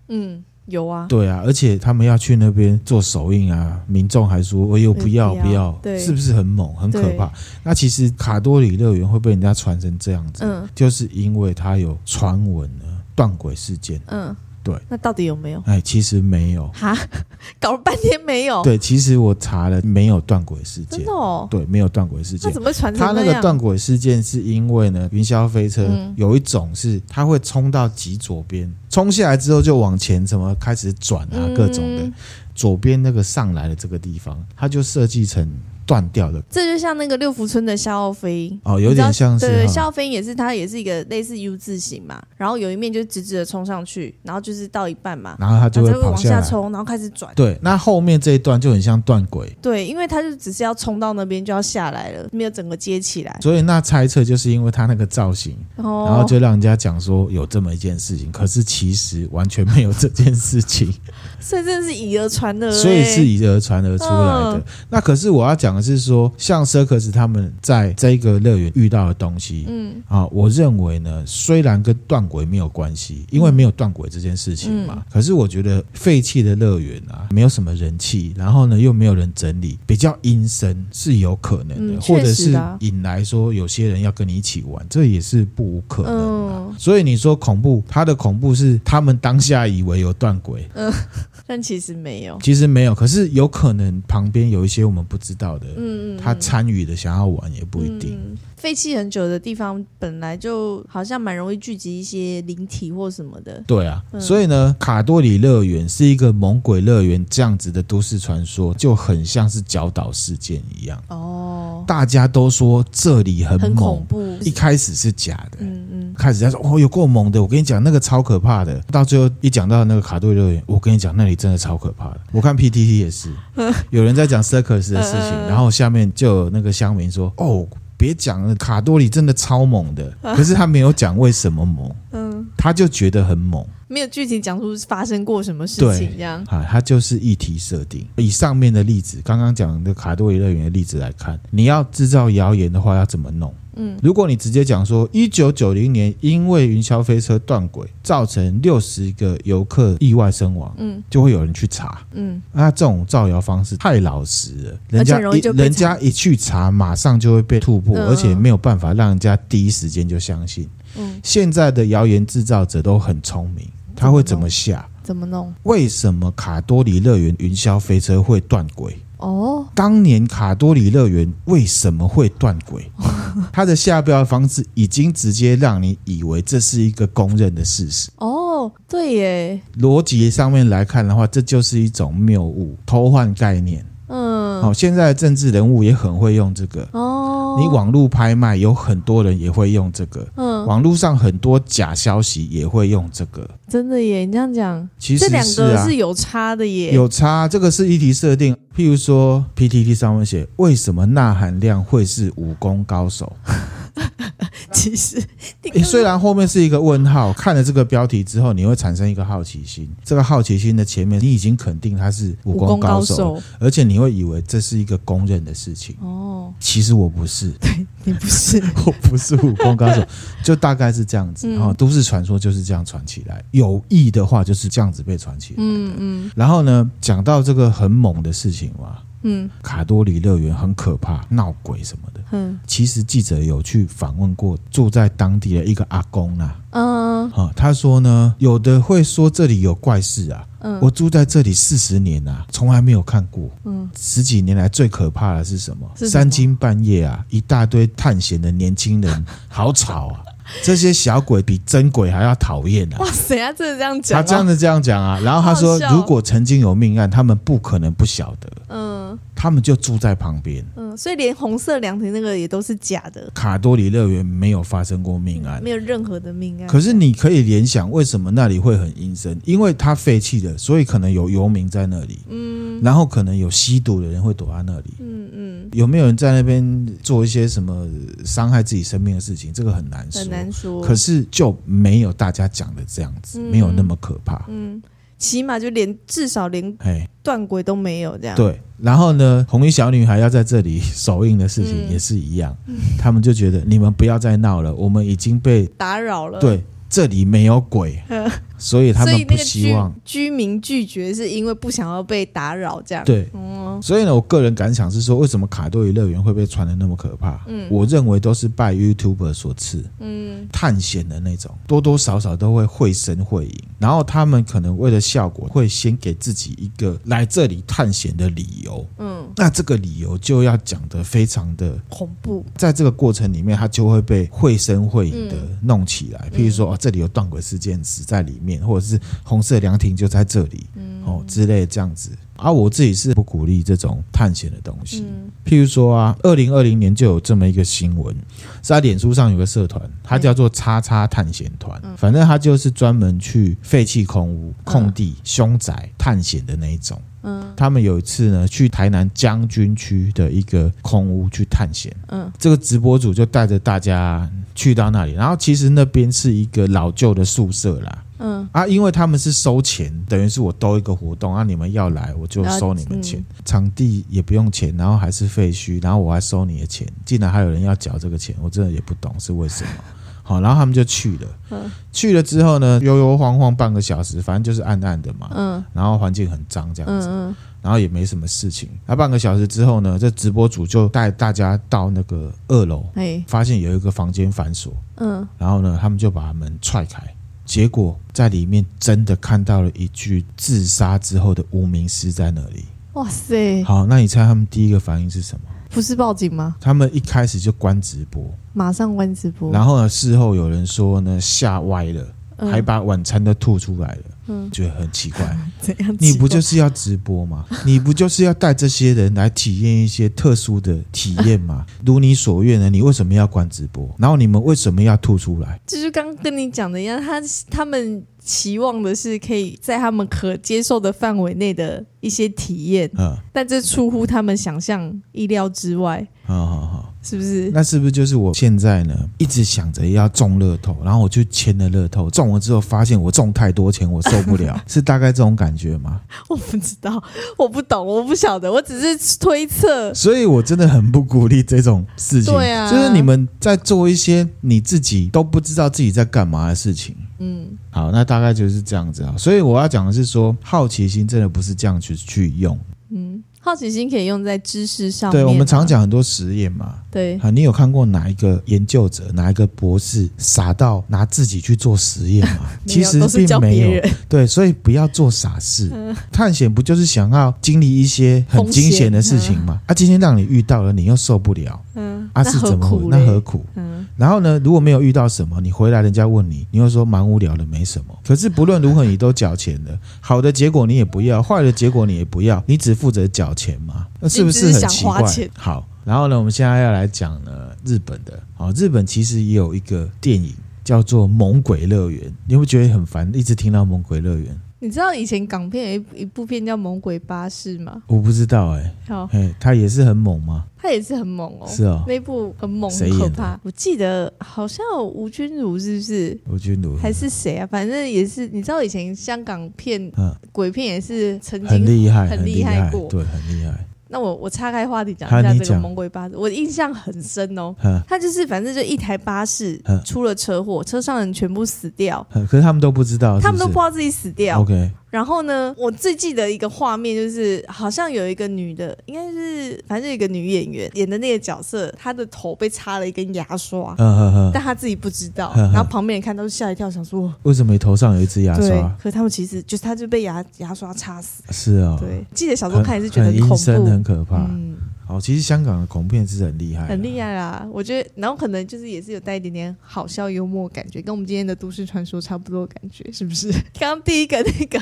B: 嗯，有啊，
A: 对啊，而且他们要去那边做首映啊，民众还说：“哎呦，不要
B: 不要
A: 不要！”
B: 嗯对
A: 是不是很猛很可怕
B: 对？
A: 那其实卡多里乐园会被人家传成这样子，
B: 嗯
A: 就是因为它有传闻呢断轨事件。
B: 嗯，
A: 对，
B: 那到底有没有？
A: 哎，其实没有，
B: 哈， [laughs] 搞了半天没有，
A: 对，其实我查了，没有断轨事件
B: 哦真的，哦，
A: 对，没有断轨事
B: 那
A: 件。
B: 怎么会传成
A: 它那
B: 样
A: 个断轨事件是因为呢，云霄飞车
B: 嗯
A: 有一种是它会冲到极左边，冲下来之后就往前什么开始转啊，各种的。
B: 嗯
A: 左边那个上来的这个地方，它就设计成断掉的
B: 这就像那个六福村的夏奥飞。
A: 哦，有点像是
B: 对对，夏
A: 哈
B: 奥飞也是，它也是一个类似 U 字形嘛，然后有一面就直直的冲上去，然后就是到一半嘛，
A: 然后它就
B: 然
A: 会
B: 后才会
A: 跑
B: 往下
A: 来。
B: 冲，然后开始转。
A: 对，那后面这一段就很像断轨，
B: 对，因为它就只是要冲到那边就要下来了，没有整个接起来。哦
A: 所以那猜测就是因为它那个造型，
B: 然后
A: 然后就让人家讲说有这么一件事情，可是其实完全没有这件事情，
B: 所以真的是以讹传讹欸、
A: 所以是以讹传讹出来的
B: 嗯。
A: 那可是我要讲的是说，像 Circus 他们在这个乐园遇到的东西，
B: 嗯
A: 啊，我认为呢，虽然跟断轨没有关系，因为没有断轨这件事情
B: 嗯
A: 嘛，可是我觉得废弃的乐园啊，没有什么人气，然后呢又没有人整理，比较阴森是有可能的，
B: 嗯
A: 或者
B: 确实
A: 是
B: 的啊
A: 引来说有些人要跟你一起玩，这也是不无可能啊。
B: 嗯，
A: 所以你说恐怖，它的恐怖是他们当下以为有断轨，
B: 但其实没有。
A: 其实没有，可是有可能旁边有一些我们不知道的，
B: 嗯嗯，
A: 他
B: 嗯
A: 参与的想要玩也不一定。
B: 嗯废弃很久的地方，本来就好像蛮容易聚集一些灵体或什么的。
A: 对啊，
B: 嗯
A: 所以呢，卡多里乐园是一个猛鬼乐园这样子的都市传说，就很像是角岛事件一样，
B: 哦，
A: 大家都说这里很
B: 很
A: 猛
B: 恐，怖。
A: 一开始是假的。
B: 嗯嗯，
A: 开始在说哦，有够猛的！我跟你讲，那个超可怕的。到最后一讲到那个卡多里乐园，我跟你讲，那里真的超可怕的。我看 PTT 也
B: [laughs]
A: 是，有人在讲 circus 的事情，
B: 嗯嗯嗯
A: 然后下面就有那个乡民说：“哦，别讲了，卡多里真的超猛的。”
B: 嗯
A: 可是他没有讲为什么猛，嗯，他就觉得很猛。
B: 没有具体讲出发生过什么事
A: 对
B: 情，这样。
A: 啊，它就是议题设定。以上面的例子，刚刚讲的卡多里乐园的例子来看，你要制造谣言的话，要怎么弄？嗯，如果你直接讲说，一九九零年因为云霄飞车断轨，造成六十个游客意外身亡，
B: 嗯
A: 就会有人去查。
B: 嗯，
A: 那这种造谣方式太老实了，人家
B: 而且容易
A: 一
B: 就被查
A: 人家一去查，马上就会被突破，
B: 嗯
A: 而且没有办法让人家第一时间就相信。
B: 嗯，
A: 现在的谣言制造者都很聪明，他会怎么下？
B: 怎么弄？
A: 为什么卡多里乐园云霄飞车会断轨？
B: 哦，
A: 当年卡多里乐园为什么会断
B: [laughs]
A: 轨？它的下标方式已经直接让你以为这是一个公认的事实。
B: 哦，对耶，
A: 逻辑上面来看的话，这就是一种谬误、偷换概念。
B: 嗯，
A: 好、现在的政治人物也很会用这个。
B: 哦，
A: 你网络拍卖有很多人也会用这个，
B: 嗯，
A: 网络上很多假消息也会用这个。
B: 真的耶，你这样讲，
A: 其实
B: 这两
A: 是
B: 个
A: 啊，
B: 是有差的耶，
A: 有差，这个是议题设定。譬如说，PTT 上面写为什么钠含量会是武功高手？
B: 嗯其实
A: 诶虽然后面是一个问号，看了这个标题之后，你会产生一个好奇心。这个好奇心的前面，你已经肯定他是武
B: 武功
A: 功高
B: 高
A: 手，
B: 手
A: 而且你会以为这是一个公认的事情。
B: 哦，
A: 其实我不是， [laughs]
B: 你不是，
A: 我不是武功高
B: [laughs]
A: 手，就大概是这样子。
B: 嗯
A: 然后都市传说就是这样传起来，有意的话就是这样子被传起来。
B: 嗯嗯
A: 然后呢，讲到这个很猛的事情嘛，
B: 嗯
A: 卡多里乐园很可怕，闹鬼什么的。
B: 嗯
A: 其实记者有去访问过住在当地的一个阿公啦、
B: 嗯
A: 啊，他说呢，有的会说这里有怪事啊，
B: 嗯，
A: 我住在这里四十年啊，从来没有看过。
B: 嗯
A: 十几年来最可怕的是什么？
B: 是什么
A: 三
B: [laughs]
A: 更半夜啊，一大堆探险的年轻人，好吵啊！这些小鬼比真鬼还要讨厌啊
B: 哇！塞，他真的这样讲、
A: 他
B: 哦，
A: 这样子这样讲啊，然后他说
B: 好好，笑哦
A: 如果曾经有命案，他们不可能不晓得，
B: 嗯
A: 他们就住在旁边。
B: 嗯，所以连红色凉亭那个也都是假的，
A: 卡多里乐园没有发生过命案，
B: 没有任何的命案。
A: 可是你可以联想，为什么那里会很阴森？因为它废弃了，所以可能有游民在那里，嗯，然后可能有吸毒的人会躲在那里，
B: 嗯嗯，
A: 有没有人在那边做一些什么伤害自己生命的事情？这个很难说。
B: 很难说。
A: 可是就没有大家讲的这样子，
B: 嗯
A: 没有那么可怕。
B: 嗯，起码就连至少连
A: 哎，
B: 断轨都没有这样。
A: 对。然后呢，红衣小女孩要在这里首映的事情
B: 嗯
A: 也是一样，他们就觉得你们不要再闹了，我们已经被
B: 打扰了。，
A: 对这里没有
B: [laughs]
A: 鬼，所以他
B: 嗯所
A: 们
B: 以
A: 不
B: 那个
A: 希
B: 居
A: 望。
B: 居民拒绝是因为不想要被打扰这样。，
A: 对，
B: 嗯
A: 所以呢，我个人感想是说，为什么卡多里乐园会被传的那么可怕？
B: 嗯
A: 我认为都是拜 YouTuber 所赐，
B: 嗯
A: 探险的那种，多多少少都会绘声绘影。然后他们可能为了效果，会先给自己一个来这里探险的理由。
B: 嗯，
A: 那这个理由就要讲得非常的，
B: 恐怖。
A: 在这个过程里面，它就会被绘声绘影的弄起来。譬如说，哦，这里有断轨事件死在里面，或者是红色凉亭就在这里，哦之类的这样子。啊，我自己是不鼓励这种探险的东西。
B: 嗯
A: 譬如说啊，二零二零年就有这么一个新闻，是在脸书上有个社团，它叫做“叉叉探险团”，反正它就是专门去废弃空屋、空地、凶宅探险的那一种。
B: 嗯
A: 他们有一次呢，去台南将军区的一个空屋去探险，
B: 嗯
A: 这个直播主就带着大家去到那里，然后其实那边是一个老旧的宿舍啦。
B: 嗯
A: 啊，因为他们是收钱，等于是我兜一个活动啊，你们要来我就收你们钱，
B: 嗯
A: 场地也不用钱，然后还是废墟，然后我还收你的钱，竟然还有人要缴这个钱，我真的也不懂是为什
B: [laughs]
A: 么。好，然后他们就去了，
B: 嗯
A: 去了之后呢，悠悠晃晃半个小时，反正就是暗暗的嘛，
B: 嗯
A: 然后环境很脏这样子，
B: 嗯
A: 然后也没什么事情。那半个小时之后呢，这直播组就带大家到那个二楼，
B: 嗯，哎，
A: 发现有一个房间反锁，
B: 嗯
A: 然后呢，他们就把门踹开，结果在里面真的看到了一具自杀之后的无名尸在那里。
B: 哇塞，
A: 好，那你猜他们第一个反应是什么？
B: 不是报警吗？
A: 他们一开始就关直播，
B: 马上关直播。
A: 然后呢，事后有人说呢吓歪了，
B: 嗯
A: 还把晚餐都吐出来了，
B: 嗯
A: 觉得很奇怪。
B: 怎样？
A: 你不就是要直播吗？你不就是要带这些人来体验一些特殊的体验吗？如你所愿呢，你为什么要关直播？然后你们为什么要吐出来？
B: 就是刚跟你讲的一样，他他们期望的是可以在他们可接受的范围内的一些体验，
A: 嗯，
B: 但这出乎他们想象意料之外，
A: 啊好好好，
B: 是不是？
A: 那是不是就是我现在呢，一直想着要中乐透，然后我去签了乐透，中了之后发现我中太多钱，我受不了，是大概这种感觉吗？
B: 我不知道，我不懂，我不晓得，我只是推测。
A: 所以我真的很不鼓励这种事情，
B: 对啊
A: 就是你们在做一些你自己都不知道自己在干嘛的事情。
B: 嗯
A: 好，那大概就是这样子啊。所以我要讲的是说，好奇心真的不是这样去去用。
B: 嗯，好奇心可以用在知识上面啊、
A: 对，我们常讲很多实验嘛。
B: 对，？
A: 啊，你有看过哪一个研究者、哪一个博士傻到拿自己去做实验吗
B: [laughs] 没
A: 其
B: 有
A: 实
B: 都是教
A: 并没
B: 别
A: 有。
B: 人，嗯
A: 对，所以不要做傻事。探险不就是想要经历一些很
B: 风
A: 惊险
B: 险
A: 的事情吗？啊，今天让你遇到了，你又受不了，
B: 嗯，
A: 啊，
B: 那
A: 是
B: 何
A: 怎么回
B: 苦？
A: 那
B: 嘞
A: 何苦？
B: 嗯
A: 然后呢，如果没有遇到什么，你回来人家问你，你又说蛮无聊的，没什么。可是不论如何，你都缴钱了，好的结果你也不要，坏的结果你也不要，你只负责缴钱嘛，那是不很
B: 你只是
A: 奇
B: 想花
A: 怪
B: 钱？
A: 好，然后呢，我们现在要来讲呢日本的，哦，日本其实也有一个电影。叫做《猛鬼乐园》，你会觉得很烦，一直听到《猛鬼乐园》，
B: 你知道以前港片有一一部片叫《猛鬼巴士》吗？
A: 我不知道哎、
B: 好，
A: 嘿，它也是很猛吗？
B: 它也是很猛哦。
A: 是哦，
B: 那一部很猛，
A: 谁
B: 很
A: 演的
B: 可怕。我记得好像有吴君如是不是？
A: 我觉得
B: 还是谁啊？反正也是，你知道以前香港片、
A: 嗯
B: 鬼片也是曾
A: 很
B: 经。
A: 厉害，
B: 很
A: 很
B: 厉
A: 厉
B: 害
A: 害
B: 过，
A: 对，很厉害。
B: 那我我岔开话题讲
A: 好
B: 一下
A: 你
B: 这个
A: 讲
B: 《猛鬼巴士》，我印象很深哦。
A: 嗯
B: 他就是反正就一台巴士
A: 嗯
B: 出了车祸，车上人全部死掉，
A: 嗯可是他们都不知道是是，
B: 他们都不知道自己死掉。
A: OK，
B: 然后呢，我最记得一个画面就是，好像有一个女的，应该是反正有一个女演员演的那个角色，她的头被插了一根牙刷。
A: 嗯哼哼，
B: 但他自己不知道，
A: 呵呵
B: 然后旁边人看到就吓一跳，想说
A: 为什么你头上有一只牙
B: 对
A: 刷？，
B: 可是他们其实就是他就被牙牙刷插死。
A: 是啊、哦，
B: 对，记得小时候
A: 很，
B: 看也是觉得
A: 很阴
B: 恐
A: 森，很
B: 怖，
A: 可怕。
B: 嗯，
A: 好，早期香港的恐怖片是很厉害，
C: 很厉。害啦！我觉得，然后可能就是也是有带一点点好笑幽默感觉，跟我们今天的都市传说差不多的感觉，是不是？
B: [laughs] 刚刚第一个那个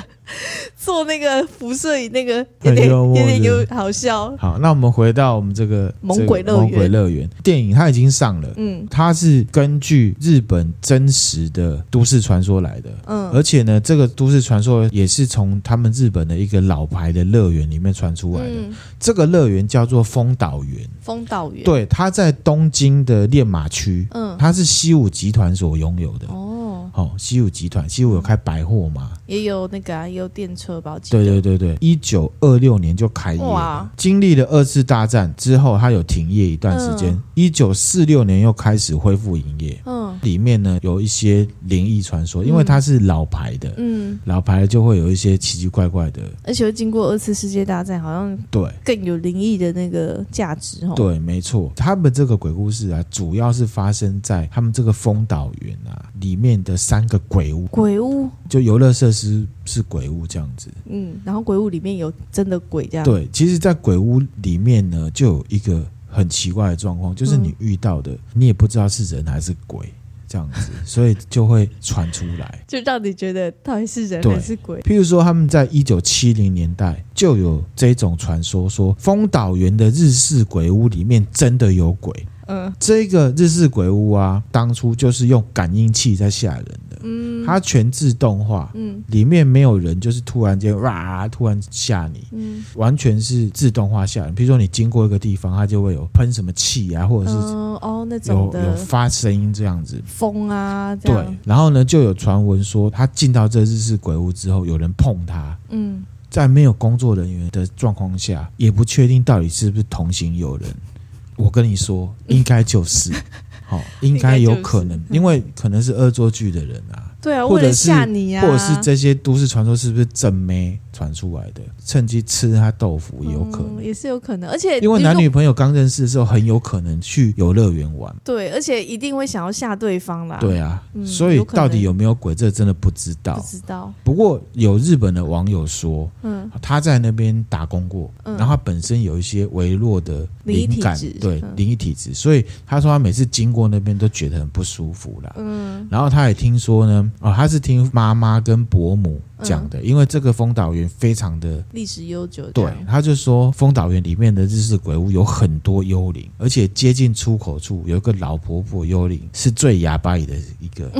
B: 做那个辐射椅那个有
A: 很
B: 点
A: 幽
B: 有
A: 默
B: 点
A: 是
B: 有
A: 不
B: 好笑，
A: 好，那我们回到我们这个
B: 猛
A: 这个
B: 鬼乐园
A: 猛鬼乐园电影，它已经上了，
C: 嗯
A: 它是根据日本真实的都市传说来的。
C: 嗯
A: 而且呢，这个都市传说也是从他们日本的一个老牌的乐园里面传出来的。
C: 嗯，
A: 这个乐园叫做丰岛园，
B: 风岛园
A: 对，它在东京的练马区，
C: 嗯，
A: 它是西武集团所拥有的。
C: 哦，
A: 哦，西武集团，西武有开百货嘛？
B: 也有那个、啊、也有电车吧，我记得
A: 对对对对，一九二六年就开业
B: 哇
A: 了。经历了二次大战之后，它有停业一段时间
C: 嗯。
A: 一九四六年又开始恢复营业。
C: 嗯
A: 里面呢有一些灵异传说，因
C: 嗯
A: 为它是老牌的，
C: 嗯，
A: 老牌就会有一些奇奇怪怪的。
B: 而且又经过二次世界大战，好像
A: 对
B: 更有灵异的那个价值哦。
A: 对，没错，他们这个鬼故事啊，主要是发生在他们这个丰岛园啊里面的三个鬼屋，
B: 鬼屋，
A: 就游乐设施是鬼屋这样子。
C: 嗯，
B: 然后鬼屋里面有真的鬼这样，
A: 对，其实，在鬼屋里面呢，就有一个很奇怪的状
C: 嗯
A: 况，就是你遇到的，你也不知道是人还是鬼这样
C: [laughs]
A: 子，所以就会传出来。
C: 就让你觉得到底是人
A: 对
C: 还是鬼？
A: 譬如说，他们在一九七零年代就有这种传说说丰岛园的日式鬼屋里面真的有鬼。
C: 嗯
A: 这个日式鬼屋啊，当初就是用感应器在吓人的，
C: 嗯，
A: 它全自动化，
C: 嗯
A: 里面没有人，就是突然间哇，突然吓你。
C: 嗯
A: 完全是自动化下来。比如说你经过一个地方，它就会有喷什么气啊，或者是
C: 嗯哦，那种
A: 有、有
C: 的
A: 发声音这样子。
C: 风啊，这
A: 对
C: 样，，
A: 然后呢，就有传闻说他进到这日式鬼屋之后，有人碰他，
C: 嗯
A: 在没有工作人员的状况下，也不确定到底是不是同行有人。我跟你说，应该
C: [laughs]
A: 就是，好、应该有可能，因为可能是恶作剧的人
C: [laughs]
A: 啊。
C: 对啊，
A: 或
C: 为
A: 者
C: 了
A: 是
C: 吓你啊，
A: 或者是这些都市传说是不是正妹传出来的？趁机吃他豆腐也有可能
C: 嗯，也是有可能，而且
A: 因为
C: 你
A: 男
C: 如
A: 女朋友刚认识的时候，很有可能去游乐园玩。
C: 对，而且一定会想要吓对方啦，，
A: 对啊，
C: 嗯
A: 所以
C: 有可能
A: 到底有没有鬼，这真的不知
C: 不
A: 道。
C: 知道，
A: 不过有日本的网友说，
C: 嗯
A: 他在那边打工过，
C: 嗯
A: 然后他本身有一些微弱的灵感
C: 灵异体质，
A: 对
C: 嗯
A: 灵异体质，所以他说他每次经过那边都觉得很不舒服啦。
C: 嗯
A: 然后他也听说呢，哦，他是听妈妈跟伯母讲的，因为这个丰岛园非常的
B: 历史悠久这
A: 对
B: 样。，
A: 他就说丰岛园里面的日式鬼屋有很多幽灵，而且接近出口处有一个老婆婆幽灵，是最哑巴里的一个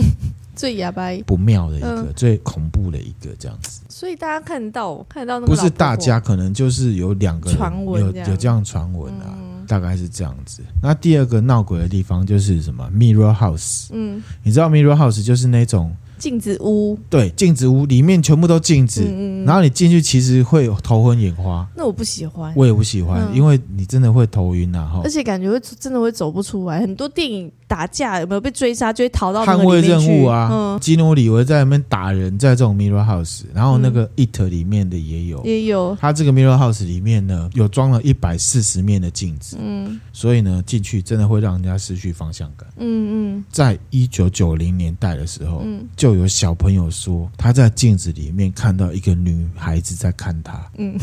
C: 最哑巴，
A: 不妙的一个、
C: 嗯
A: 最恐怖的一个这样子。
C: 所以大家看到看到那个
A: 不
C: 老
A: 是
C: 婆婆
A: 大家可能就是有两个人
C: 传闻
A: 有
C: 这样
A: 有这样传闻啊，
C: 嗯
A: 大概是这样子。那第二个闹鬼的地方就是什么 Mirror House，
C: 嗯
A: 你知道 Mirror House 就是那种
C: 镜子屋，
A: 对镜子屋里面全部都镜子，
C: 嗯嗯
A: 然后你进去其实会有头昏眼花。
C: 那我不喜欢，
A: 我也不喜欢，
C: 嗯
A: 因为你真的会头晕啊！哈
C: 而，且感觉会真的会走不出来。很多电影打架有没有被追杀，就会逃到那
A: 捍
C: 个
A: 卫
C: 里面
A: 任
C: 去
A: 务啊，
C: 嗯，
A: 基努里维在那边打人，在这种 Mirror House，然后那个 It 里面的也有。
C: 嗯也有，
A: 它这个 Mirror House 里面呢，有装了一百四十面的镜子，
C: 嗯
A: 所以呢，进去真的会让人家失去方向感。
C: 嗯
A: 在一九九零年代的时候，
C: 嗯
A: 就有小朋友说他在镜子里面看到一个女孩子在看他，
C: 嗯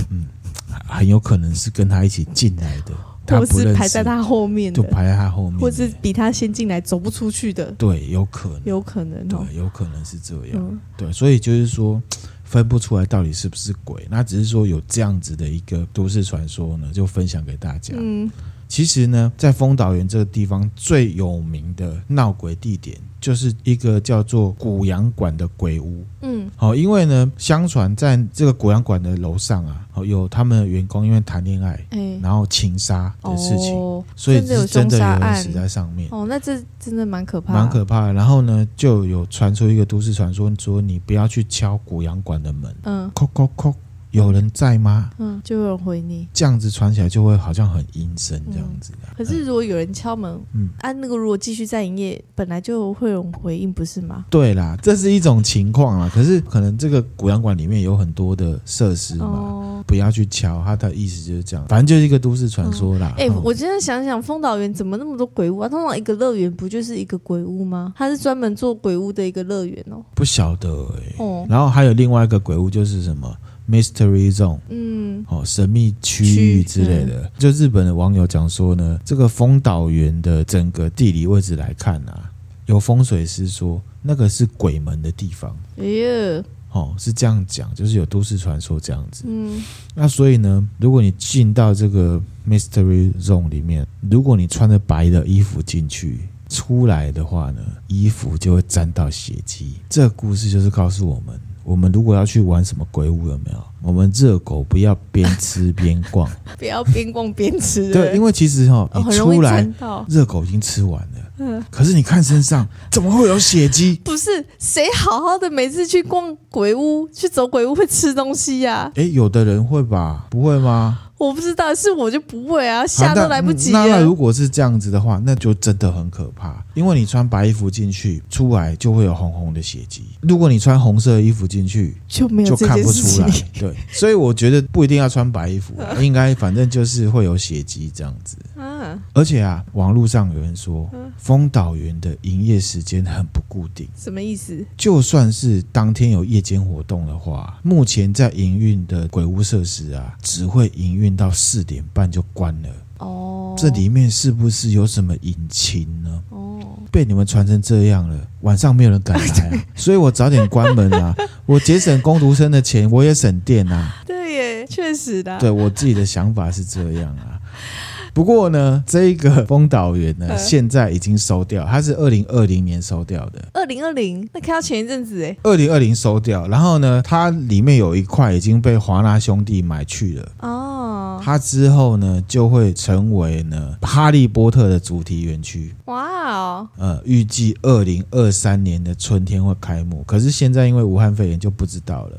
A: 很有可能是跟他一起进来的，
C: 嗯，
A: 他
C: 或
A: 不
C: 是
A: 认
C: 排
A: 识
C: 在，他后面
A: 就
C: 的，
A: 排在他后面的，
C: 或是比他先进来走不出去的，
A: 对，有可能，
C: 有可能哦。
A: 对，有可能是这样。
C: 嗯
A: 对，所以就是说分不出来到底是不是鬼，那只是说有这样子的一个都市传说呢，就分享给大家。
C: 嗯
A: 其实呢，在丰岛园这个地方最有名的闹鬼地点，就是一个叫做古洋馆的鬼屋。
C: 嗯
A: 好、因为呢，相传在这个古洋馆的楼上啊，哦有他们的员工因为谈恋爱，
C: 哎
A: 然后情杀的事情，
C: 哦，
A: 所以
C: 真的有
A: 是真的
C: 凶杀
A: 有人
C: 案
A: 死在上面。
C: 哦，那这真的蛮可怕，
A: 蛮可怕的。然后呢，就有传出一个都市传说，说你不要去敲古洋馆的门，
C: 嗯
A: 叩叩叩，有人在吗？
C: 嗯，就有人回你。
A: 这样子传起来就会好像很阴森这样子、
C: 可是如果有人敲门，
A: 嗯
C: 啊，那个如果继续在营业，本来就会有人回应，不是吗？
A: 对啦，这是一种情况啦。可是可能这个古洋馆里面有很多的设施嘛，
C: 哦，
A: 不要去敲。它的意思就是这样，反正就是一个都市传说啦。
C: 哎、
A: 嗯
C: 我现在想想，丰岛园怎么那么多鬼屋啊？通常一个乐园不就是一个鬼屋吗？它是专门做鬼屋的一个乐园哦。
A: 不晓得哎、
C: 哦，
A: 然后还有另外一个鬼屋就是什么 mystery zone。
B: 嗯，
A: 哦，神秘区域之类的。就日本的网友讲说呢，这个丰岛园的整个地理位置来看啊，有风水师说那个是鬼门的地方。
B: 哎呀，
A: 哦，是这样讲，就是有都市传说这样子。
B: 嗯，
A: 那所以呢，如果你进到这个 mystery zone 里面，如果你穿着白的衣服进去，出来的话呢，衣服就会沾到血迹。这个故事就是告诉我们，我们如果要去玩什么鬼屋，有没有？我们热狗不要边吃边逛，
B: 不要边逛边吃，
A: 对，因为其实哈、
B: 哦
A: 你
B: 很容易嗯
A: 出来
B: 沾到。
A: 热狗已经吃完了，可是你看身
B: [laughs]
A: 上怎么会有血迹？
B: 不是谁好好的每次去逛鬼屋、去走鬼屋会吃东西呀、
A: 诶，有的人会吧？不会吗？
B: 我不知道，是我就不会啊，吓
A: 好
B: 都
A: 那嗯
B: 来不及
A: 那那
B: 了。
A: 如果是这样子的话，那就真的很可怕，因为你穿白衣服进去，出来就会有红红的血迹；如果你穿红色的衣服进去，
B: 就没有
A: 就
B: 这
A: 看
B: 件
A: 不
B: 事
A: 出来。。
B: 情
A: 对，所以我觉得不一定要穿白衣服
B: [laughs]
A: 啊，应该反正就是会有血迹这样子。
B: 啊，
A: 而且啊，网络上有人说，
B: 嗯
A: 丰岛园的营业时间很不固定。
B: 什么意思？
A: 就算是当天有夜间活动的话，目前在营运的鬼屋设施啊，只会营运到四点半就关了。
B: 哦，
A: 这里面是不是有什么隐情呢？
B: 哦，
A: 被你们传成这样了，晚上没有人敢
B: [laughs]
A: 来、啊，所以我早点关门啊！我节省工读生的钱，我也省电啊！
B: 对耶，确实的。
A: 对我自己的想法是这样啊。不过呢，这个丰岛园呢，
B: 嗯
A: 现在已经收掉，它是二零二零年收掉的。
B: 二零二零，那开到前一阵子哎，
A: 二零二零收掉，然后呢，它里面有一块已经被华纳兄弟买去了。
B: 哦，
A: 它之后呢，就会成为呢《哈利波特》的主题园区。
B: 哇哦，
A: 呃，预计二零二三年的春天会开幕，可是现在因为武汉肺炎就不知道了。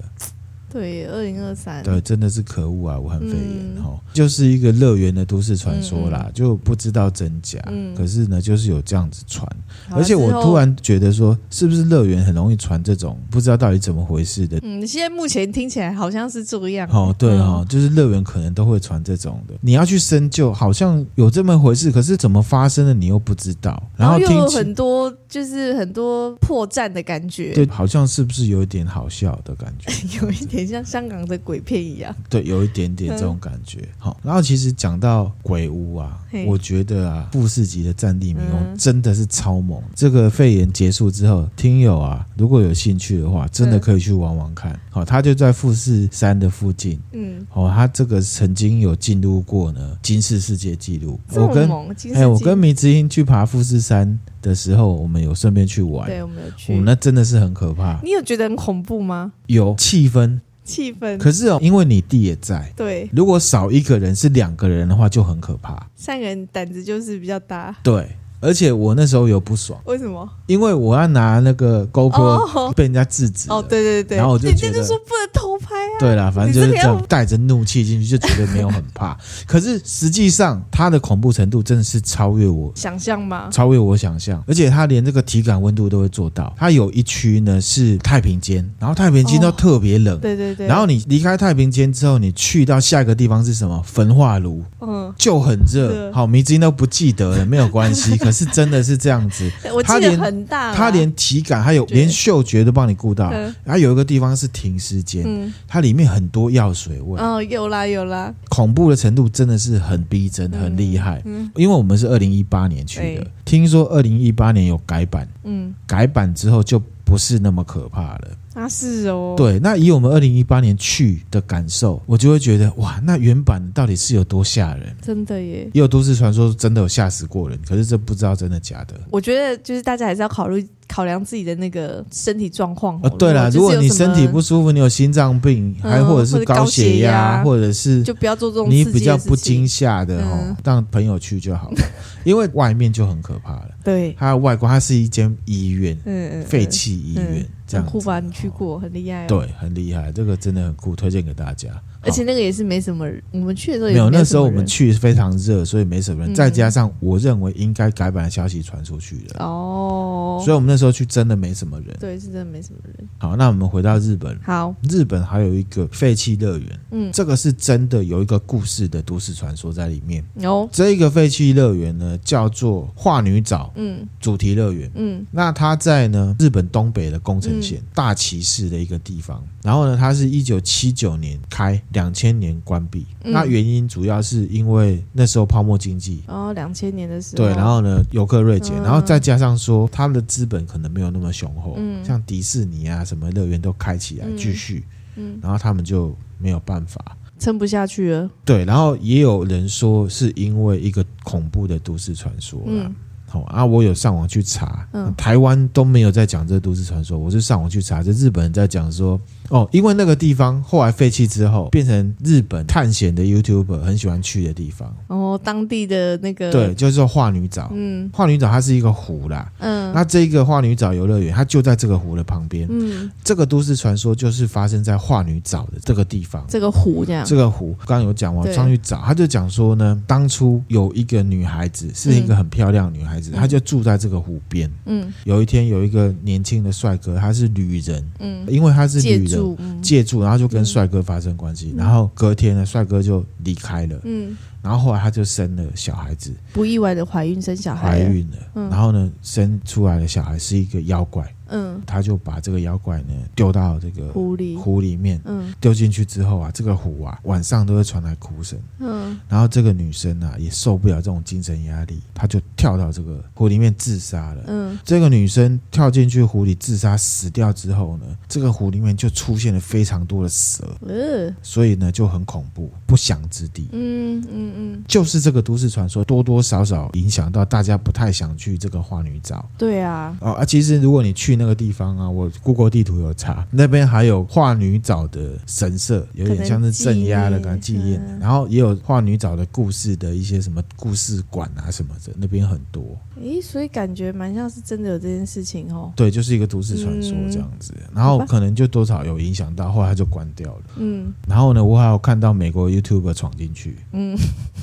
B: 对耶，二零二三，
A: 对，真的是可恶啊！武汉肺炎
B: 嗯
A: 哦，就是一个乐园的都市传说啦，就不知道真假。
B: 嗯
A: 可是呢，就是有这样子传，
B: 好啊
A: 而且我
B: 之后
A: 突然觉得说，是不是乐园很容易传这种不知道到底怎么回事的
B: 嗯，现在目前听起来好像是这样。
A: 哦，对哦，就是乐园可能都会传这种的，你要去深究，好像有这么回事，可是怎么发生的你又不知道，
B: 然
A: 后
B: 又
A: 听
B: 有
A: 起
B: 很多就是很多破绽的感觉，
A: 对，好像是不是有一点好笑的感觉？ [laughs]
B: 有一点像香港的鬼片一样。
A: 对，有一点点这
B: 嗯
A: 种感觉。好、然后其实讲到鬼屋啊
B: 嘿，
A: 我觉得啊，富士级的战地迷宫
B: 嗯
A: 真的是超猛。这个肺炎结束之后，听友啊，如果有兴趣的话，真的
B: 嗯
A: 可以去玩玩看。好、它就在富士山的附近。
B: 嗯，
A: 哦，它这个曾经有进入过呢金氏世界纪录。
B: 这
A: 我
B: 么
A: 跟
B: 猛，今世
A: 哎、我跟
B: 纪
A: 迷之音去爬富士山的时候，我们有顺便去玩，
B: 对我没有去
A: 我，们那真的是很可怕，
B: 你有觉得很恐怖吗？
A: 有气氛。
B: 气氛
A: 可是哦，因为你弟也在，
B: 对，
A: 如果少一个人是两个人的话，就很可怕。
B: 三个人胆子就是比较大，
A: 对，而且我那时候有不爽，
B: 为什么？
A: 因为我要拿那个 GoPro
B: 哦
A: 被人家制止了
B: 哦，对对对，
A: 然后我就
B: 人
A: 觉
B: 家
A: 得
B: 就说不能偷拍啊，
A: 对啦，反正就是这
B: 你这个
A: 样，带着怒气进去就觉得没有很怕。 [laughs] 可是实际上，它的恐怖程度真的是超越我
B: 想象吗？
A: 超越我想象，而且它连这个体感温度都会做到。它有一区呢是太平间，然后太平间都
B: 哦
A: 特别冷。
B: 对对对，
A: 然后你离开太平间之后，你去到下一个地方是什么？焚化炉
B: 嗯，
A: 就很热。
B: 热
A: 好，迷之音都不记得了，没有关
B: [laughs]
A: 系。可是真的是这样子，
B: 我
A: 他
B: 记得
A: 连
B: 很大啦，
A: 它连体感还有
B: 啊对
A: 连嗅觉都帮你顾到。
B: 嗯
A: 然后有一个地方是停尸间，
B: 嗯，
A: 它里面很多药水味，
B: 哦，有啦有啦，
A: 恐怖的程度真的是很逼真，很厉害。
B: 嗯
A: 因为我们是二零一八年去的
B: 对，
A: 听说二零一八年有改版，
B: 嗯，
A: 改版之后就不是那么可怕了。
B: 啊是哦，，
A: 对，那以我们二零一八年去的感受，我就会觉得哇，那原版到底是有多吓人？
B: 真的耶。
A: 也有都市传说真的有吓死过人，可是这不知道真的假的。
B: 我觉得就是大家还是要考虑考量自己的那个身体状况
A: 哦，对啦，
B: 啦，
A: 如果你身体不
B: 就是有什么
A: 舒服，你有心脏病，
B: 嗯
A: 还或者是
B: 或者高
A: 高血
B: 血
A: 压，
B: 压
A: 或者是
B: 就不要做这种
A: 你
B: 刺激
A: 比较
B: 的事
A: 不
B: 情
A: 惊吓的哦
B: 嗯，
A: 让朋友去就好
B: [laughs]
A: 了，因为外面就很可怕了。
B: 对，
A: 它的外观，它是一间医院，
B: 嗯，嗯
A: 废，弃医
B: 嗯
A: 院
B: 嗯，
A: 这样
B: 很酷
A: 子
B: 吧？
A: 哦
B: 你去？过，很厉害哦。，
A: 对，很厉害，这个真的很酷，推荐给大家。
B: 而且那个也是没什么人，我们去的时候也
A: 没有，那
B: 什
A: 时候
B: 么
A: 我们
B: 人
A: 去非常热，所以没什么人。
B: 嗯
A: 再加上我认为应该改版的消息传出去了，
B: 哦，
A: 所以我们那时候去真的没什么人。
B: 对，是真的没什么人。
A: 好，那我们回到日本，
B: 好，
A: 日本还有一个废弃乐园，
B: 嗯，
A: 这个是真的有一个故事的都市传说在里面。
B: 有，
A: 这个废弃乐园呢，叫做化女沼
B: 嗯
A: 主题乐园。
B: 嗯
A: 那它在呢日本东北的宫城城县、大崎市的一个地方。然后呢，它是一九七九年开，两千年关闭。
B: 嗯
A: 那原因主要是因为那时候泡沫经济。
B: 哦，两千年的时候，
A: 对，然后呢，游客锐减，
B: 嗯
A: 然后再加上说他们的资本可能没有那么雄厚，
B: 嗯
A: 像迪士尼啊什么乐园都开起来
B: 嗯
A: 继续，
B: 嗯，
A: 然后他们就没有办法。
B: 撑不下去了，
A: 对，然后也有人说是因为一个恐怖的都市传说啦
B: 嗯。
A: 好、啊，我有上网去查，
B: 嗯
A: 台湾都没有在讲这都市传说，我是上网去查，这日本人在讲说，哦，因为那个地方后来废弃之后，变成日本探险的 YouTuber 很喜欢去的地方。
B: 然后当地的那个，
A: 对，，就是说化女沼，
B: 嗯
A: 化女沼它是一个湖啦，
B: 嗯，
A: 那这个化女沼游乐园它就在这个湖的旁边，
B: 嗯，
A: 这个都市传说就是发生在化女沼的这个地方。
B: 这个湖这样，
A: 这个湖刚刚有讲，我
B: 对
A: 上去找，他就讲说呢，当初有一个女孩子，是一个很漂亮的女孩子，
B: 嗯
A: 她就住在这个湖边。
B: 嗯
A: 有一天，有一个年轻的帅哥，他是旅人，
B: 嗯，
A: 因为他是
B: 借
A: 旅人。
B: 助，嗯
A: 借住，然后就跟帅哥发生关系，然后隔天呢，帅哥就离开了，
B: 嗯，
A: 然后后来他就生了小孩子，
B: 不意外的怀孕生小孩，
A: 怀，孕了，
B: 嗯
A: 然后呢，生出来的小孩是一个妖怪，
B: 嗯，
A: 他就把这个妖怪呢丢到这个
B: 湖里，
A: 湖里面，
B: 嗯
A: 丢进去之后啊，这个湖啊晚上都会传来哭声，
B: 嗯，
A: 然后这个女生啊也受不了这种精神压力，她就跳到这个湖里面自杀了。
B: 嗯
A: 这个女生跳进去湖里自杀死掉之后呢，这个湖里面就出现了非常多的蛇，
B: 呃，
A: 所以呢就很恐怖，不祥之地。
B: 嗯嗯嗯，
A: 就是这个都市传说多多少少影响到大家不太想去这个花女沼
B: 对啊，
A: 哦啊。其实如果你去那个地方啊，我 Google 地图有查，那边还有化女沼的神社，有点像是镇压的感觉，
B: 可能嗯
A: 纪
B: 纪念
A: 念。然后也有化女沼的故事的一些什么故事馆啊什么的，那边很多。
B: 诶，所以感觉蛮像是真的有这件事情哦，
A: 对，就是一个都市传说
B: 嗯
A: 这样子。然后
B: 好吧
A: 可能就多少有影响到，后来它就关掉了。
B: 嗯
A: 然后呢，我还有看到美国 YouTuber 闯进去，
B: 嗯，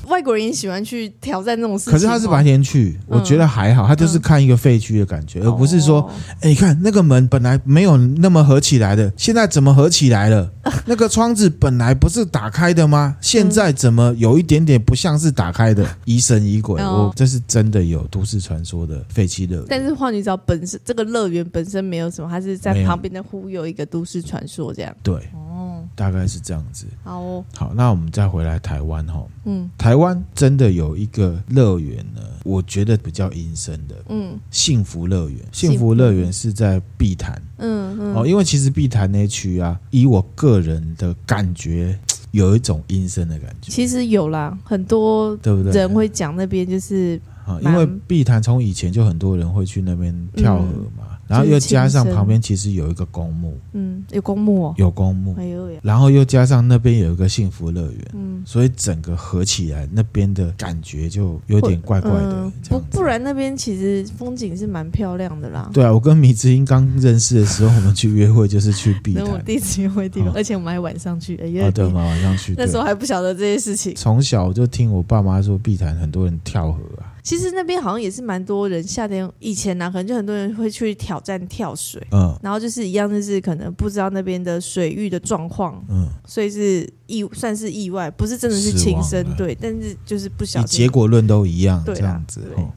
B: 外国人也喜欢去挑战这种事情哦，
A: 可是他是白天去，我觉得还好，他
B: 嗯
A: 就是看一个废墟的感觉，而不是说。
B: 哦
A: 哎，你看那个门本来没有那么合起来的，现在怎么合起来
B: [laughs]
A: 了？那个窗子本来不是打开的吗？现在怎么有一点点不像是打开的？
B: [laughs]
A: 疑神疑鬼，
B: 哦
A: 我这是真的有都市传说的废弃乐园。
B: 但是换女沼本身这个乐园本身没有什么，它是在
A: 没有
B: 旁边的忽悠一个都市传说这样。
A: 对，
B: 哦，
A: 大概是这样子。
B: 好哦，
A: 好，那我们再回来台湾哈，
B: 嗯
A: 台湾真的有一个乐园呢，我觉得比较阴森的
B: 嗯
A: 幸福乐园。
B: 幸福
A: 幸福乐园是在碧潭。
B: 嗯嗯，
A: 哦，因为其实碧潭那区啊，以我个人的感觉，有一种阴森的感觉，
B: 其实有啦，很多
A: 对不对？
B: 人会讲那边就是
A: 啊，因
B: 蛮嗯
A: 为碧潭从以前就很多人会去那边跳河嘛，然后又加上旁边其实有一个公墓，
B: 嗯有公墓、哦，
A: 有公墓，
B: 哎呦呀，
A: 然后又加上那边有一个幸福乐园，
B: 嗯，
A: 所以整个合起来那边的感觉就有点怪怪的
B: 嗯，
A: 这
B: 不
A: 样子。
B: 不然那边其实风景是蛮漂亮的啦。
A: 对啊，我跟米之英刚认识的时候，我们去约会就是去碧
B: [laughs] 那
A: 潭，
B: 我第一次约会地方，
A: 哦
B: 而且我们还晚上去，哎
A: 哦，
B: 呀，
A: 对嘛，晚上去。
B: [laughs] 那
A: 对
B: 时候还不晓得这些事情。
A: 从小我就听我爸妈说，碧潭很多人跳河啊。
B: 其实那边好像也是蛮多人，夏天以前呢、可能就很多人会去挑战跳水。
A: 嗯
B: 然后就是一样，就是可能不知道那边的水域的状况，
A: 嗯，
B: 所以是意算是意外，不是真的是
A: 死
B: 亲
A: 亡
B: 生
A: 了
B: 对，但是就是不小
A: 以
B: 心
A: 结果论都一样，
B: 对啊
A: 这样子
B: 对
A: 哦。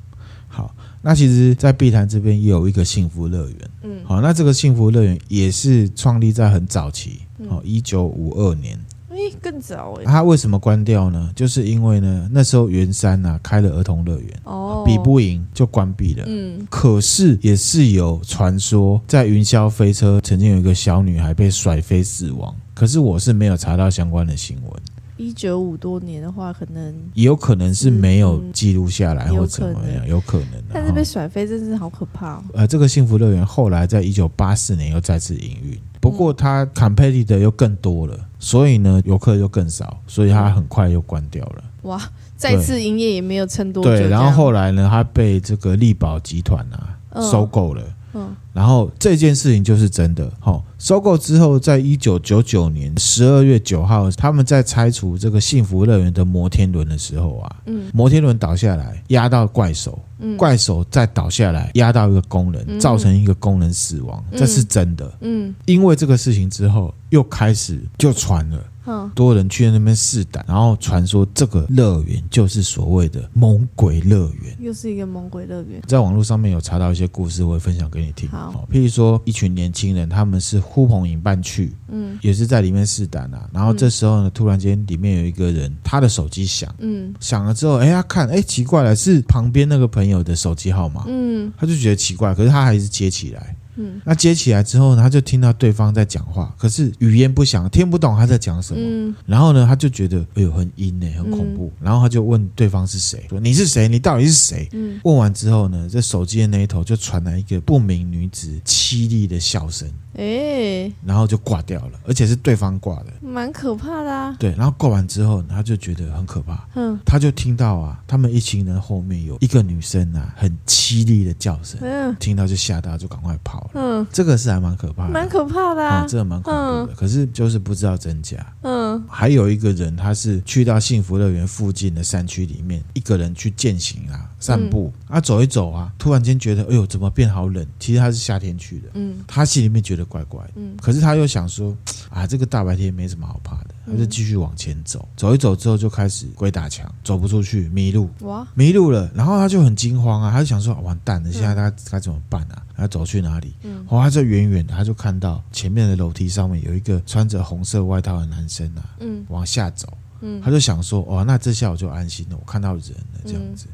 A: 好，那其实，在碧潭这边也有一个幸福乐园。
B: 嗯
A: 好，那这个幸福乐园也是创立在很早期，
B: 嗯
A: 哦，一九五二年。
B: 哎更早哎、
A: 它为什么关掉呢？就是因为呢，那时候圆山呐、啊、开了儿童乐园，
B: 哦，
A: 比不赢就关闭了。
B: 嗯
A: 可是也是有传说，在云霄飞车曾经有一个小女孩被甩飞死亡，可是我是没有查到相关的新闻，
B: 一九五多年的话，可能
A: 也有可能是没有
B: 嗯
A: 记录下来
B: 有
A: 或怎么
B: 可
A: 样，有可能啊。
B: 但是
A: 哦
B: 被甩飞真是好可怕、哦，
A: 呃，这个幸福乐园后来在一九八四年又再次营运，不过它
B: 嗯
A: compete 的又更多了，所以呢游客又更少，所以它很快又关掉了。
B: 哇！再次营业也没有撑多久这
A: 对，
B: 样，
A: 然后后来呢，它被这个力宝集团啊
B: 嗯
A: 收购了。
B: 嗯
A: 然后这件事情就是真的，好、收购之后，在一九九九年十二月九号，他们在拆除这个幸福乐园的摩天轮的时候啊，
B: 嗯
A: 摩天轮倒下来压到怪手，
B: 嗯
A: 怪手再倒下来压到一个工人，
B: 嗯
A: 造成一个工人死亡，
B: 嗯
A: 这是真的。
B: 嗯
A: 因为这个事情之后，又开始就传了，
B: 嗯，
A: 多人去那边试胆，然后传说这个乐园就是所谓的猛鬼乐园。
B: 又是一个猛鬼乐园，
A: 在网络上面有查到一些故事，我会分享给你听。
B: 好
A: 哦，譬如说一群年轻人，他们是呼朋引伴去，
B: 嗯
A: 也是在里面试胆啊。然后这时候呢，突然间里面有一个人，他的手机响，
B: 嗯
A: 响了之后，哎，他看，哎，奇怪了，是旁边那个朋友的手机号码，
B: 嗯
A: 他就觉得奇怪，可是他还是接起来。
B: 嗯
A: 那接起来之后呢，他就听到对方在讲话，可是语言不详，听不懂他在讲什么。
B: 嗯
A: 然后呢，他就觉得哎呦很阴哎、很恐怖。然后他就问对方是谁，说你是谁？你到底是谁？
B: 嗯
A: 问完之后呢，这手机的那一头就传来一个不明女子凄厉的笑声，
B: 哎，
A: 然后就挂掉了，而且是对方挂的。
B: 蛮可怕的啊，
A: 对，然后挂完之后，他就觉得很可怕，
B: 嗯
A: 他就听到啊，他们一行人后面有一个女生啊，很凄厉的叫声，
B: 嗯
A: 听到就吓到，就赶快跑了。
B: 嗯，
A: 这个是还蛮可怕的，
B: 蛮可怕的
A: 哎啊
B: 啊，
A: 这个蛮恐怖的。可是就是不知道真假。
B: 嗯
A: 还有一个人，他是去到幸福乐园附近的山区里面，一个人去践行啊，散步、
B: 嗯
A: 啊，走一走啊，突然间觉得，哎呦，怎么变好冷？其实他是夏天去的，
B: 嗯
A: 他心里面觉得怪怪的，
B: 嗯
A: 可是他又想说，啊，这个大白天没什么好怕的，他就继续往前走，走一走之后就开始鬼打墙，走不出去，迷路。
B: 哇，
A: 迷路了，然后他就很惊慌啊，他就想说，啊完蛋了，现在他该怎么办啊？他走去哪里？哦
B: 嗯
A: 哇，他就远远的他就看到前面的楼梯上面有一个穿着红色外套的男生啊，
B: 嗯
A: 往下走，
B: 嗯
A: 他就想说，哦，那这下我就安心了，我看到人了这样子。
B: 嗯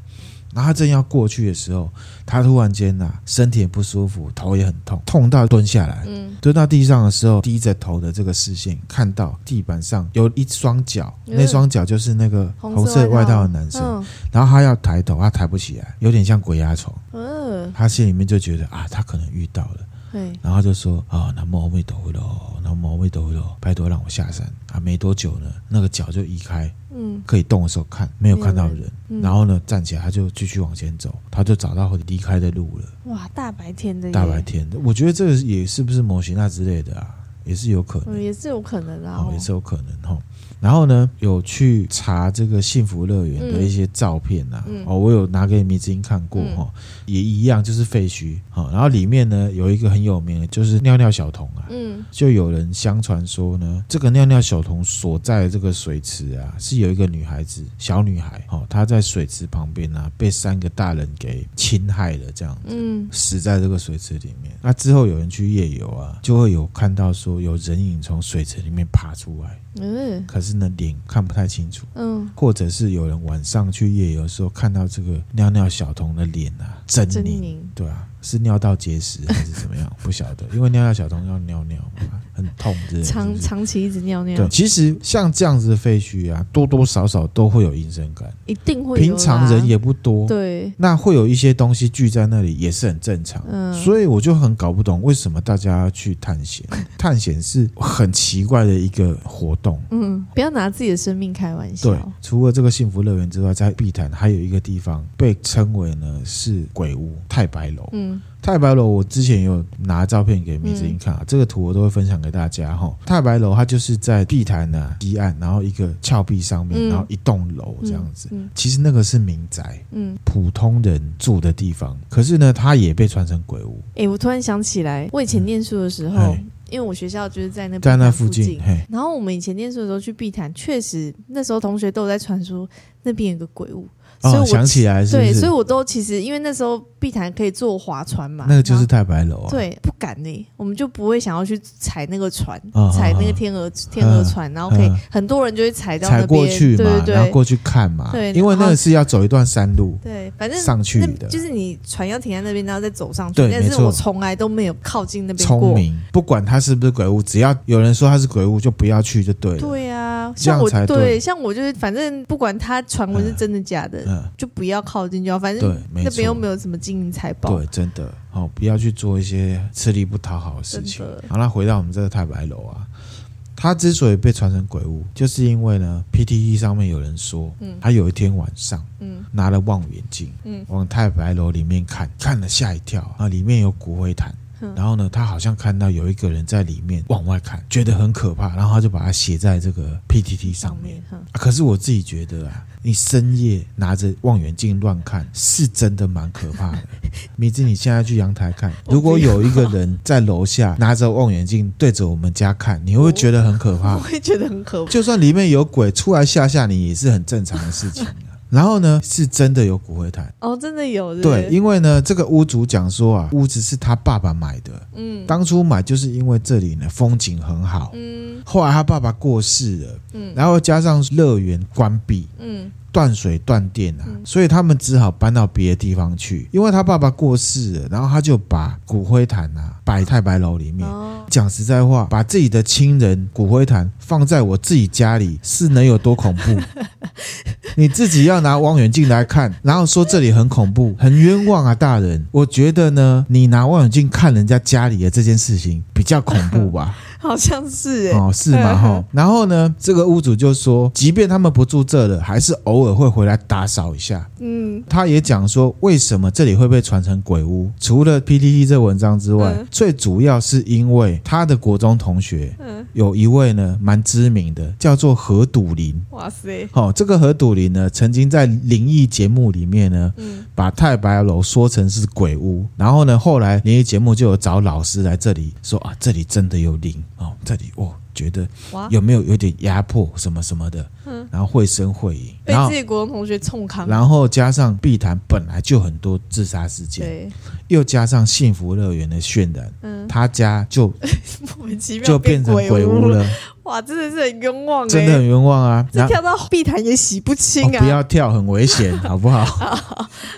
A: 然后他正要过去的时候，他突然间呐、身体也不舒服，头也很痛，痛到蹲下来。
B: 嗯，
A: 蹲到地上的时候，低着头的这个视线看到地板上有一双脚，
B: 嗯
A: 那双脚就是那个红
B: 红
A: 色
B: 色
A: 外
B: 外
A: 套
B: 套
A: 的男生。
B: 嗯
A: 然后他要抬头，他抬不起来，有点像鬼压床。
B: 嗯，
A: 他心里面就觉得啊，他可能遇到了。
B: 嘿，
A: 然后就说啊，南无阿弥陀佛喽，南无阿弥陀佛喽，拜托让我下山啊！没多久呢，那个脚就移开，
B: 嗯
A: 可以动的时候看，没有看到人，
B: 嗯，
A: 然后呢站起来，他就继续往前走，他就找到离开的路了。
B: 哇，大白天的耶，
A: 大白天，我觉得这个也是不是模型那之类的啊，也是有可能
B: 嗯，，也是有可能啦
A: 哦
B: 哦，，
A: 也是有可能哦。然后呢，有去查这个幸福乐园的一些照片啊，
B: 嗯嗯嗯
A: 哦，我有拿给迷之音看过
B: 嗯
A: 哈、哦，也一样就是废墟哈、哦。然后里面呢有一个很有名的，就是尿尿小童啊，
B: 嗯
A: 就有人相传说呢，这个尿尿小童所在的这个水池啊，是有一个女孩子，小女孩，哦，她在水池旁边啊，被三个大人给侵害了，这样
B: 嗯
A: 死在这个水池里面。那之后有人去夜游啊，就会有看到说有人影从水池里面爬出来，
B: 嗯
A: 可是呢脸看不太清楚。
B: 嗯，
A: 或者是有人晚上去夜游的时候看到这个尿尿小童的脸啊狰
B: 狰
A: 狞，
B: 狞，
A: 对啊，是尿道结石还是怎么样？不 [laughs] 晓得，因为尿尿小童要尿尿嘛，很痛之类的。是
B: 长
A: 不是
B: 长期一直尿尿
A: 对，，其实像这样子的废墟啊，多多少少都会有阴森感。
B: 一定会有
A: 平常
B: 啦
A: 人也不多，
B: 对，
A: 那会有一些东西聚在那里也是很正常。
B: 嗯
A: 所以我就很搞不懂为什么大家要去探
B: [laughs]
A: 险。探险是很奇怪的一个活动。
B: 嗯，不要拿自己的生命开玩笑
A: 对，，除了这个幸福乐园之外，在碧潭还有一个地方被称为呢是鬼屋太白楼。
B: 嗯
A: 太白楼，我之前有拿照片给米子英
B: 嗯
A: 看啊，这个图我都会分享给大家哈。太白楼它就是在碧潭的、西岸，然后一个峭壁上面，
B: 嗯
A: 然后一栋楼这样子。
B: 嗯
A: 其实那个是民宅，
B: 嗯，
A: 普通人住的地方，可是呢，它也被传成鬼屋，
B: 哎，我突然想起来，我以前念书的时候
A: 哎，
B: 因为我学校就是在那
A: 嗯在那
B: 碧潭
A: 附
B: 附
A: 近，嘿，
B: 然后我们以前念书的时候去碧潭，确实那时候同学都有在传说那边有个鬼屋，所以
A: 哦，
B: 我
A: 想起来是不
B: 对，
A: 是？
B: 所以我都其实因为那时候碧潭可以坐划船嘛，
A: 那个就是
B: 然后
A: 太白楼啊，，
B: 对不敢呢、我们就不会想要去踩那个船，
A: 啊
B: 踩那
A: 啊
B: 个天鹅天鹅船，然后可以、
A: 嗯
B: 很多人就会踩到那
A: 踩
B: 边，
A: 过去嘛
B: 对，
A: 然后
B: 对对。
A: 过去看嘛，
B: 对
A: 因为
B: 然后
A: 那个是要走一段山路
B: 对，反正
A: 上去
B: 那
A: 的，
B: 就是你船要停在那边，然后再走上去
A: 对。
B: 但
A: 没
B: 是
A: 错
B: 我从来都没有靠近那边过。
A: 聪明，不管它是不是鬼屋，只要有人说它是鬼屋，就不要去就对了。
B: 对啊，
A: 这样
B: 像我
A: 才对
B: 像我就是，反正不管他传闻是真的假的，
A: 嗯，
B: 就不要靠近就好。反
A: 对
B: 正，
A: 没
B: 那边又
A: 错，
B: 没有什么金银财宝，
A: 对，真的哦，不要去做一些吃力不讨好的事情
B: 真的。
A: 好，那回到我们这个太白楼啊，它之所以被传成鬼屋，就是因为呢，PTE 上面有人说，
B: 嗯
A: 他有一天晚上
B: 嗯
A: 拿了望远镜，
B: 嗯
A: 往太白楼里面看，看了吓一跳啊，里面有骨灰坛。然后呢，他好像看到有一个人在里面往外看，觉得很可怕，然后他就把它写在这个 PTT 上面。
B: [laughs]
C: 哈，
A: 啊可是我自己觉得啊，你深夜拿着望远镜乱看，是真的蛮可怕 [laughs] 的。米子，你现在去阳台看，如果有一个人在楼下拿着望远镜对着我们家看，你会不会觉得很可怕
C: 我？
A: [laughs]
C: 会觉得很可怕。
A: 就算里面有鬼，出来吓吓你也是很正常的事情啊、然后呢，是真的有骨灰坛。
C: 哦，真的有是不
A: 对
C: 是，
A: 因为呢，这个屋主讲说啊，屋子是他爸爸买的，嗯，当初买就是因为这里呢风景很好，嗯，后来他爸爸过世了，嗯，然后加上乐园关闭，
C: 嗯，
A: 断水断电啊，所以他们只好搬到别的地方去，因为他爸爸过世了，然后他就把骨灰坛啊摆太白楼里面。
C: 哦，
A: 讲实在话，把自己的亲人骨灰坛放在我自己家里，是能有多恐怖？你自己要拿望远镜来看，然后说这里很恐怖，很冤枉啊，大人。我觉得呢，你拿望远镜看人家家里的这件事情比较恐怖吧？
C: 好像是哎，
A: 哦，是吗？哈。然后呢，这个屋主就说，即便他们不住这了，还是偶尔会回来打扫一下。
C: 嗯，
A: 他也讲说，为什么这里会被传成鬼屋？除了 PTT 这文章之外，
C: 嗯
A: 最主要是因为他的国中同学，
C: 嗯
A: 有一位呢蛮知名的，叫做何笃林。
C: 哇塞，
A: 好、这个何笃林呢，曾经在灵异节目里面呢，
C: 嗯
A: 把太白楼说成是鬼屋，然后呢，后来灵异节目就有找老师来这里说啊，这里真的有灵哦，这里我、哦、觉得
C: 哇，
A: 有没有有点压迫什么什么的，
C: 啊嗯
A: 然后绘声绘影，
C: 被
A: 然后
C: 自己国中同学冲康，
A: 然后加上碧潭本来就很多自杀事件，
C: 对，
A: 又加上幸福乐园的渲染，
C: 嗯，
A: 他家
C: [laughs]
A: 就
C: 莫名其妙
A: 就变成鬼屋了，
C: 哇，真的是很冤枉
A: 真的
C: 哎，
A: 很冤枉啊！
C: 这
A: 然后
C: 跳到碧潭也洗不清
A: 哦
C: 啊，
A: 不要跳，很危险，好不好？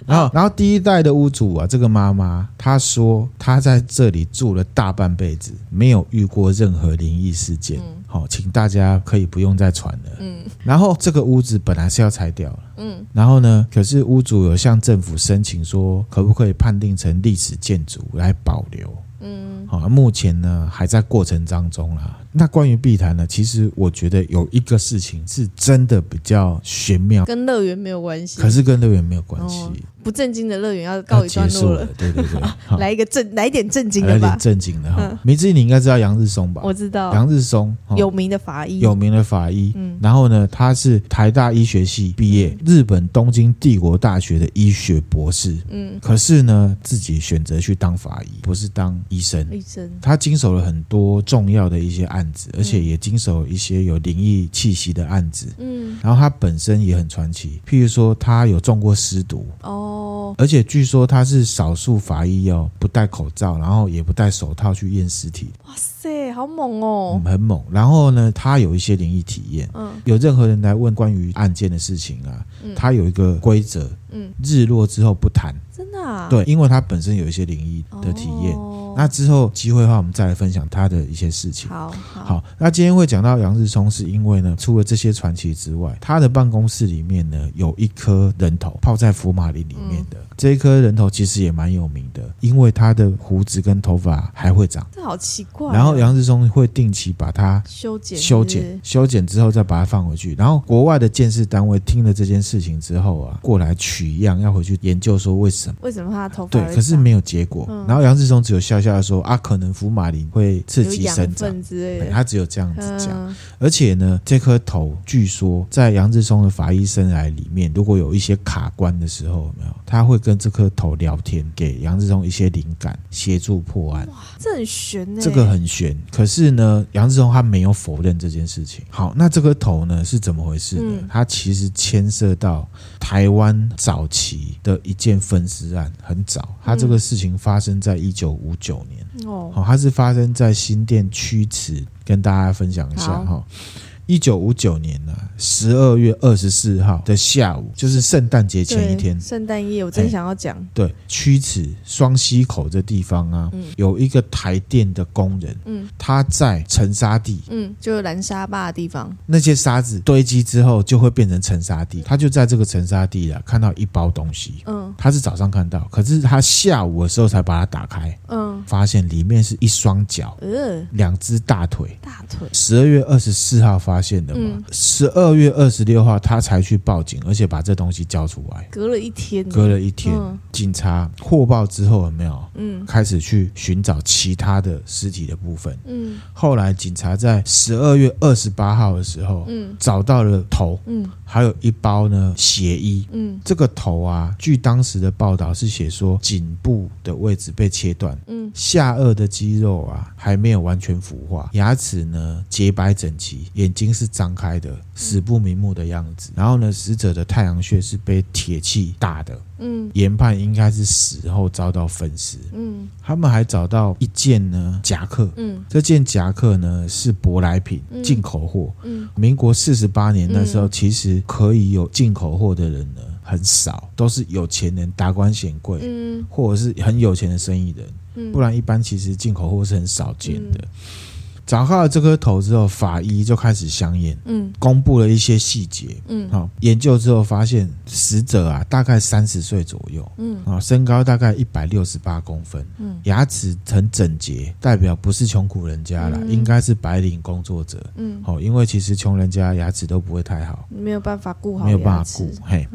A: 然后，然后第一代的屋主啊，这个妈妈她说，她在这里住了大半辈子，没有遇过任何灵异事件。好、请大家可以不用再传了。
C: 嗯
A: 然后这个屋子本来是要拆掉了。
C: 嗯，
A: 然后呢，可是屋主有向政府申请说，可不可以判定成历史建筑来保留？嗯，好、目前呢还在过程当中啦。那关于碧潭呢，其实我觉得有一个事情是真的比较玄妙，
C: 跟乐园没有关系，
A: 可是跟乐园没有关系，
C: 哦不正经的乐园要告
A: 要
C: 一
A: 结
C: 段
A: 束
C: 落
A: 了
C: 了，。
A: 对对
C: [laughs]
A: 对，好
C: 来一个正，来一点正经
A: 来
C: 的
A: 点
C: 吧。
A: 正经的哈
C: 嗯。
A: 明志，你应该知道杨日松吧？
C: 我知道
A: 杨日松、哦
C: 有名的法医，
A: 有名的法医，
C: 嗯
A: 然后呢，他是台大医学系毕业，日本东京帝国大学的医学博士。
C: 嗯，
A: 可是呢，自己选择去当法医，不是当医生。
C: 医生，
A: 他经手了很多重要的一些案子，而且也经手一些有灵异气息的案子。
C: 嗯，
A: 然后他本身也很传奇，譬如说他有中过尸毒，
C: 哦，
A: 而且据说他是少数法医哦，不戴口罩，然后也不戴手套去验尸体，
C: 哇塞，好猛
A: 嗯
C: 哦，
A: 很猛。然后呢，他有一些灵异体验，
C: 嗯
A: 有任何人来问关于案件的事情啊，
C: 嗯
A: 他有一个规则，
C: 嗯，
A: 日落之后不谈，
C: 真的啊，
A: 对，因为他本身有一些灵异的体验。
C: 哦
A: 那之后机会的话，我们再来分享他的一些事情。
C: 好好，
A: 好，那今天会讲到杨日松，是因为呢，除了这些传奇之外，他的办公室里面呢有一颗人头泡在福马林里面的，
C: 嗯
A: 这一颗人头其实也蛮有名的，因为他的胡子跟头发还会长，
C: 这好奇怪哦。
A: 然后杨日松会定期把它
C: 修剪，
A: 修
C: 是不
A: 剪
C: 是，
A: 修剪之后再把它放回去。然后国外的建设单位听了这件事情之后啊，过来取样，要回去研究说为什么。
C: 为什么他的头发
A: 对，
C: 会
A: 可是
C: 长
A: 没有结果。
C: 嗯
A: 然后杨志松只有笑笑的说：“啊，可能福马林会刺
C: 有
A: 激
C: 养
A: 生长。
C: 分之类
A: 哎”
C: 的，
A: 他只有这样子讲。
C: 嗯，
A: 而且呢，这颗头据说在杨志松的法医生涯里面，如果有一些卡关的时候，有没有他会跟这颗头聊天，给杨志松一些灵感，协助破案。
C: 这很悬呢。
A: 这个很悬。可是呢，杨志忠他没有否认这件事情。好，那这个头呢是怎么回事呢？
C: 嗯
A: 它其实牵涉到台湾早期的一件分尸案，很早，它这个事情发生在一九五九年。
C: 哦，
A: 好、它是发生在新店区池，跟大家分享一下
C: 好
A: 哈。一九五九年呢、啊，十二月二十四号的下午，就是圣诞节前一
C: 对
A: 天，
C: 圣诞夜，我真
A: 哎
C: 想要讲，
A: 对，曲池双溪口这地方啊，
C: 嗯
A: 有一个台电的工人，
C: 嗯
A: 他在沉沙地，
C: 嗯，就是蓝沙坝的地方，
A: 那些沙子堆积之后就会变成沉沙地，他就在这个沉沙地啊看到一包东西，
C: 嗯
A: 他是早上看到，可是他下午的时候才把它打开，
C: 嗯嗯，
A: 发现里面是一双脚、
B: 呃，
A: 两只大腿。
B: 大腿，
A: 十二月二十四号发现的嘛
C: 嗯，
A: 十二、月二十六号他才去报警，而且把这东西交出来。
C: 隔了一天，
A: 隔了一天，
C: 嗯
A: 警察获报之后有没有
C: 嗯
A: 开始去寻找其他的尸体的部分？
C: 嗯
A: 后来警察在十二月二十八号的时候、
C: 嗯
A: 找到了头，
C: 嗯
A: 还有一包呢血衣。
C: 嗯
A: 这个头啊，据当时的报道是写说颈部的位置被切断，
C: 嗯
A: 下颚的肌肉啊还没有完全腐化，牙齿呢洁白整齐，眼睛是张开
C: 嗯
A: 的，死不瞑目的样子。然后呢，死者的太阳穴是被铁器打的，
C: 嗯
A: 研判应该是死后遭到分尸。
C: 嗯
A: 他们还找到一件呢夹克，
C: 嗯
A: 这件夹克呢是舶来品，
C: 嗯
A: 进口货。
C: 嗯
A: 民国四十八年那时候，
C: 嗯
A: 其实可以有进口货的人呢很少，都是有钱人、达官显贵。
C: 嗯
A: 或者是很有钱的生意人，
C: 嗯，
A: 不然一般其实进口货是很少见的。找到了这颗头之后，法医就开始相验，
C: 嗯
A: 公布了一些细节。
C: 嗯
A: 好、研究之后发现，死者啊大概三十岁左右，
C: 嗯
A: 啊、身高大概一百六十八公分，
C: 嗯
A: 牙齿很整洁，代表不是穷苦人家啦，
C: 嗯
A: 应该是白领工作者。
C: 嗯，
A: 哦，因为其实穷人家牙齿都不会太好，
C: 没有办法顾好，嗯
A: 没有办法顾。，嘿，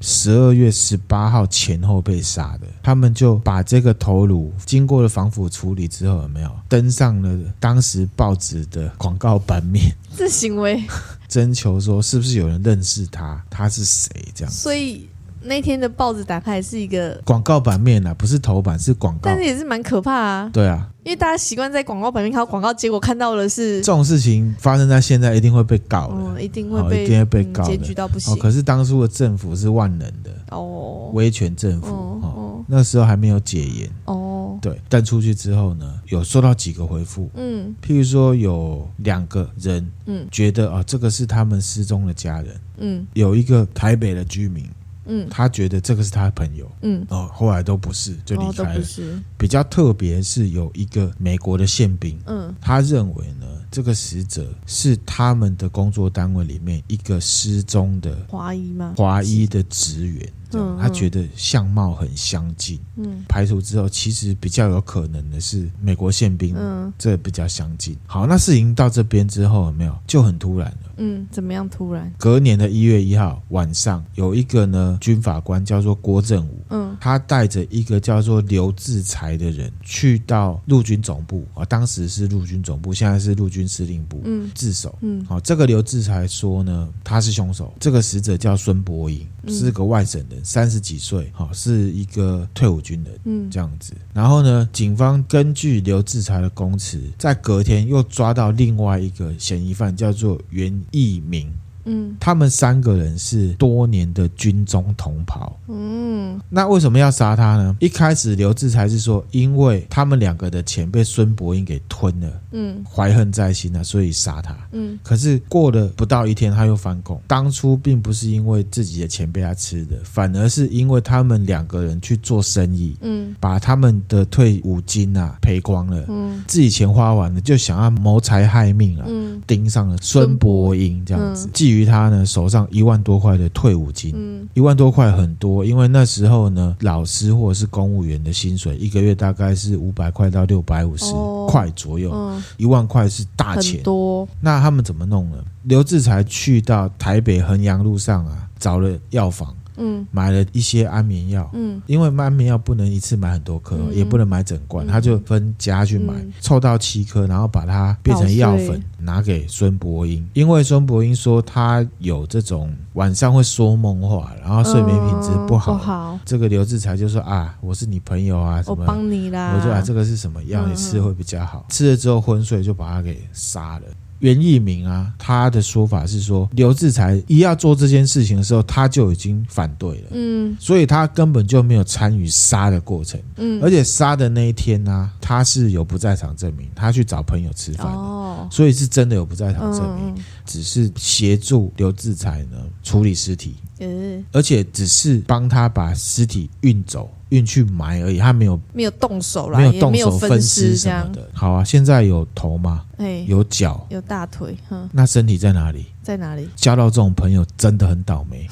A: 十二月十八号前后被杀的，他们就把这个头颅经过了防腐处理之后，有没有登上了当时报纸的广告版面，
C: 这行为， [laughs]
A: 征求说是不是有人认识他，他是谁这样？
C: 所以那天的报纸打开是一个，
A: 广告版面啊，不是头版，是广告
C: 但是。也是蛮可怕啊，
A: 对啊，
C: 因为大家习惯在广告版面看到广告，结果看到的是
A: 这，种事情发生在现在，一定会被告的。
C: 嗯，一定会
A: 哦
C: 被
A: 一定会被
C: 嗯
A: 告的
C: 检举到不
A: 哦，
C: 行
A: 可是当初的政府是万能的，
C: 哦，
A: 威权政府哦，
C: 哦
A: 那时候还没有解严。
C: 哦哦，
A: 对，但出去之后呢，有收到几个回复，
C: 嗯
A: 譬如说有两个人，嗯
C: 嗯，
A: 觉得啊、这个是他们失踪的家人。
C: 嗯
A: 有一个台北的居民，
C: 嗯
A: 他觉得这个是他的朋友，
C: 嗯，
A: 哦，后来都不是，就
C: 哦
A: 离
C: 都
A: 开
C: 不
A: 了。
C: 是，
A: 比较特别是有一个美国的宪兵，
C: 嗯
A: 他认为呢，这个死者是他们的工作单位里面一个失踪的
C: 华裔吗？
A: 华裔的职员，这样
C: 嗯嗯
A: 他觉得相貌很相近。
C: 嗯
A: 排除之后，其实比较有可能的是美国宪兵，
C: 嗯
A: 这比较相近。好，那事情到这边之后，有没有就很突然了。
C: 嗯，怎么样？突然，
A: 隔年的一月一号晚上，有一个呢军法官叫做郭正武，
C: 嗯
A: 他带着一个叫做刘志才的人去到陆军总部啊，当时是陆军总部，现在是陆军司令部
C: 嗯
A: 自首。哦
C: 嗯
A: 好，这个刘志才说呢，他是凶手。这个死者叫孙博英，
C: 嗯
A: 是个外省人，三十几岁，好，是一个退伍军人。
C: 嗯
A: 这样子。然后呢，警方根据刘志才的供词，在隔天又抓到另外一个嫌疑犯，叫做袁义明。
C: 嗯
A: 他们三个人是多年的军中同袍。
C: 嗯
A: 那为什么要杀他呢？一开始刘志才是说，因为他们两个的钱被孙伯英给吞了，
C: 嗯
A: 怀恨在心啊，所以杀他。
C: 嗯
A: 可是过了不到一天，他又翻供。当初并不是因为自己的钱被他吃的，反而是因为他们两个人去做生意，
C: 嗯
A: 把他们的退伍金啊赔光了，
C: 嗯
A: 自己钱花完了，就想要谋财害命啊，
C: 嗯
A: 盯上了孙伯英这样子，
C: 嗯
A: 觊觎他呢手上一万多块的退伍金。
C: 嗯
A: 一万多块很多，因为那时候呢，老师或者是公务员的薪水一个月大概是五百块到六百五十
C: 哦
A: 块左右，
C: 嗯，
A: 一万块是大钱
C: 很。多，
A: 那他们怎么弄呢？刘志才去到台北衡阳路上啊，找了药房，
C: 嗯
A: 买了一些安眠药，
C: 嗯
A: 因为安眠药不能一次买很多颗，
C: 嗯
A: 也不能买整罐，
C: 嗯
A: 他就分家去买，
C: 嗯
A: 凑到七颗，然后把它变成药
C: 捣
A: 粉
C: 碎
A: 拿给孙伯英，因为孙伯英说他有这种晚上会说梦话，然后睡眠品质不好。
C: 哦嗯不好，
A: 这个刘志才就说啊，我是你朋友啊，什
C: 我
A: 么。
C: 帮你啦，
A: 我就啊，这个是什么药？
C: 嗯
A: 你吃会比较好。吃了之后昏睡，就把他给杀了。袁一明啊，他的说法是说，刘志才一要做这件事情的时候，他就已经反对了。
C: 嗯
A: 所以他根本就没有参与杀的过程，
C: 嗯，
A: 而且杀的那一天呢、他是有不在场证明，他去找朋友吃饭的，
C: 哦，
A: 所以是真的有不在场证明，
C: 嗯
A: 只是协助刘志才呢处理尸体，
C: 嗯，
A: 而且只是帮他把尸体运走。运去埋而已，他没有
C: 没有动手啦，
A: 没有
C: 也
A: 动
C: 没有
A: 手分
C: 分尸这
A: 尸什么
C: 样，
A: 的。好啊，现在有头吗？
C: 哎，
A: 有脚，
C: 有大腿，嗯，
A: 那身体在哪里？
C: 在哪里？ [laughs]
A: 交到这种朋友真的很倒霉。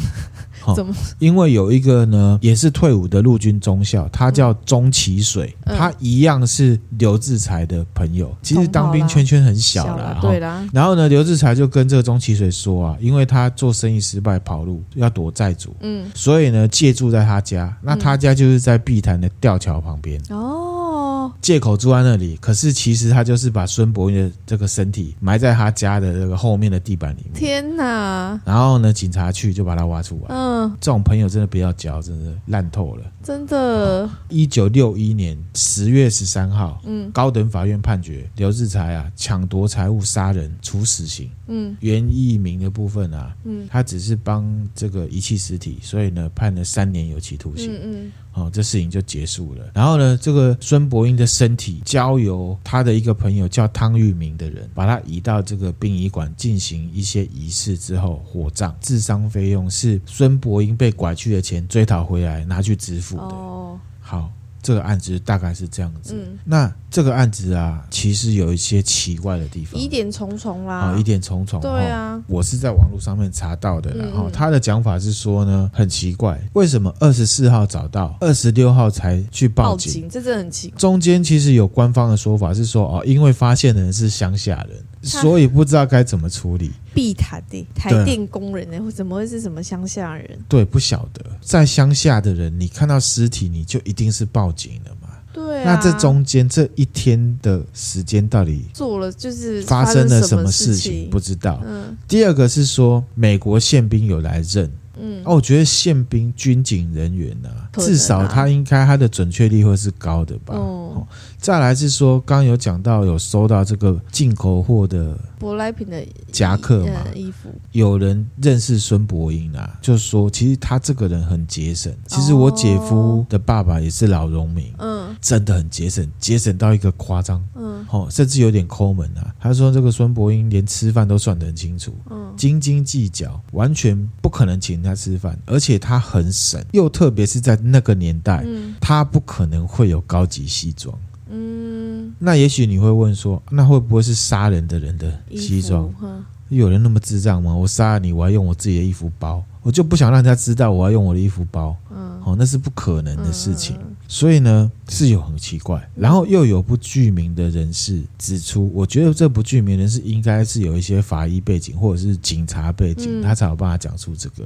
A: 哦
C: 怎么
A: 因为有一个呢，也是退伍的陆军中校，他叫钟启水，
C: 嗯
A: 他一样是刘志才的朋友。其实当兵圈圈很小啦，哈
C: 对。啦，
A: 然后呢，刘志才就跟这个钟启水说啊，因为他做生意失败跑路，要躲债主，
C: 嗯，
A: 所以呢借住在他家。那他家就是在碧潭的吊桥旁边，
C: 嗯哦，
A: 借口住在那里。可是其实他就是把孙伯云的这个身体埋在他家的这个后面的地板里面。
C: 天哪，
A: 然后呢，警察去就把他挖出来。
C: 嗯，
A: 这种朋友真的不要交，真的烂透了。
C: 真的，
A: 一九六一年十月十三号，
C: 嗯
A: 高等法院判决刘志才啊抢夺财物杀人，处死刑。
C: 嗯
A: 原意名的部分啊，
C: 嗯
A: 他只是帮这个遗弃尸体，所以呢判了三年有期徒刑。
C: 嗯
A: 哦，这事情就结束了。然后呢，这个孙伯英的身体交由他的一个朋友叫汤玉明的人，把他移到这个殡仪馆进行一些仪式之后火葬，治伤费用是孙伯英被拐去的钱追讨回来拿去支付
C: 嗯，
A: 的。
C: 哦，
A: 好，这个案子大概是这样子。
C: 嗯，
A: 那这个案子啊，其实有一些奇怪的地方，
C: 疑点重重啦，
A: 啊、疑点哦重重。
C: 对啊，
A: 我是在网络上面查到的啦，
C: 嗯
A: 然
C: 嗯
A: 后他的讲法是说呢，很奇怪，为什么二十四号找到，二十六号才去报
C: 报
A: 警？
C: 警，这真的很奇怪，
A: 中间其实有官方的说法是说，哦，因为发现的人是乡下人，所以不知道该怎么处理。
C: 碧潭的
A: 对
C: 台
A: 啊
C: 电工人呢，或怎么会是什么乡下人？
A: 对，不晓得在乡下的人，你看到尸体，你就一定是报警了嘛？
C: 对啊，
A: 那这中间这一天的时间到底
C: 做了就是
A: 发生了什么
C: 事
A: 事情不知道？
C: 嗯
A: 第二个是说，美国宪兵有来认，
C: 嗯，
A: 哦，我觉得宪兵军警人员呢、
C: 可能啊
A: 至少他应该他的准确率会是高的吧。
B: 嗯
C: 哦
A: 哦，再来是说，刚刚有讲到有收到这个进口货的
C: 舶来品的
A: 夹克嘛
C: 呃，衣服，
A: 有人认识孙伯英啊，就说其实他这个人很节省。其实我姐夫的爸爸也是老农民，
C: 嗯
A: 真的很节省，节省到一个夸张。
C: 嗯
A: 哦，甚至有点抠门啊！他说这个孙伯英连吃饭都算得很清楚，
C: 嗯，
A: 斤斤计较，完全不可能请他吃饭，而且他很省，又特别是在那个年代，
C: 嗯
A: 他不可能会有高级西装。
C: 嗯，
A: 那也许你会问说，那会不会是杀人的人的
C: 衣服
A: 西装？，
C: 嗯
A: 有人那么智障吗？我杀了你，我还用我自己的衣服包，我就不想让人家知道我要用我的衣服包。
C: 嗯，
A: 哦，那是不可能的事情。
C: 嗯
A: 所以呢，是有很奇怪，然后又有不具名的人士指出，我觉得这不具名人士应该是有一些法医背景或者是警察背
C: 嗯
A: 景，他才有办法讲出这个。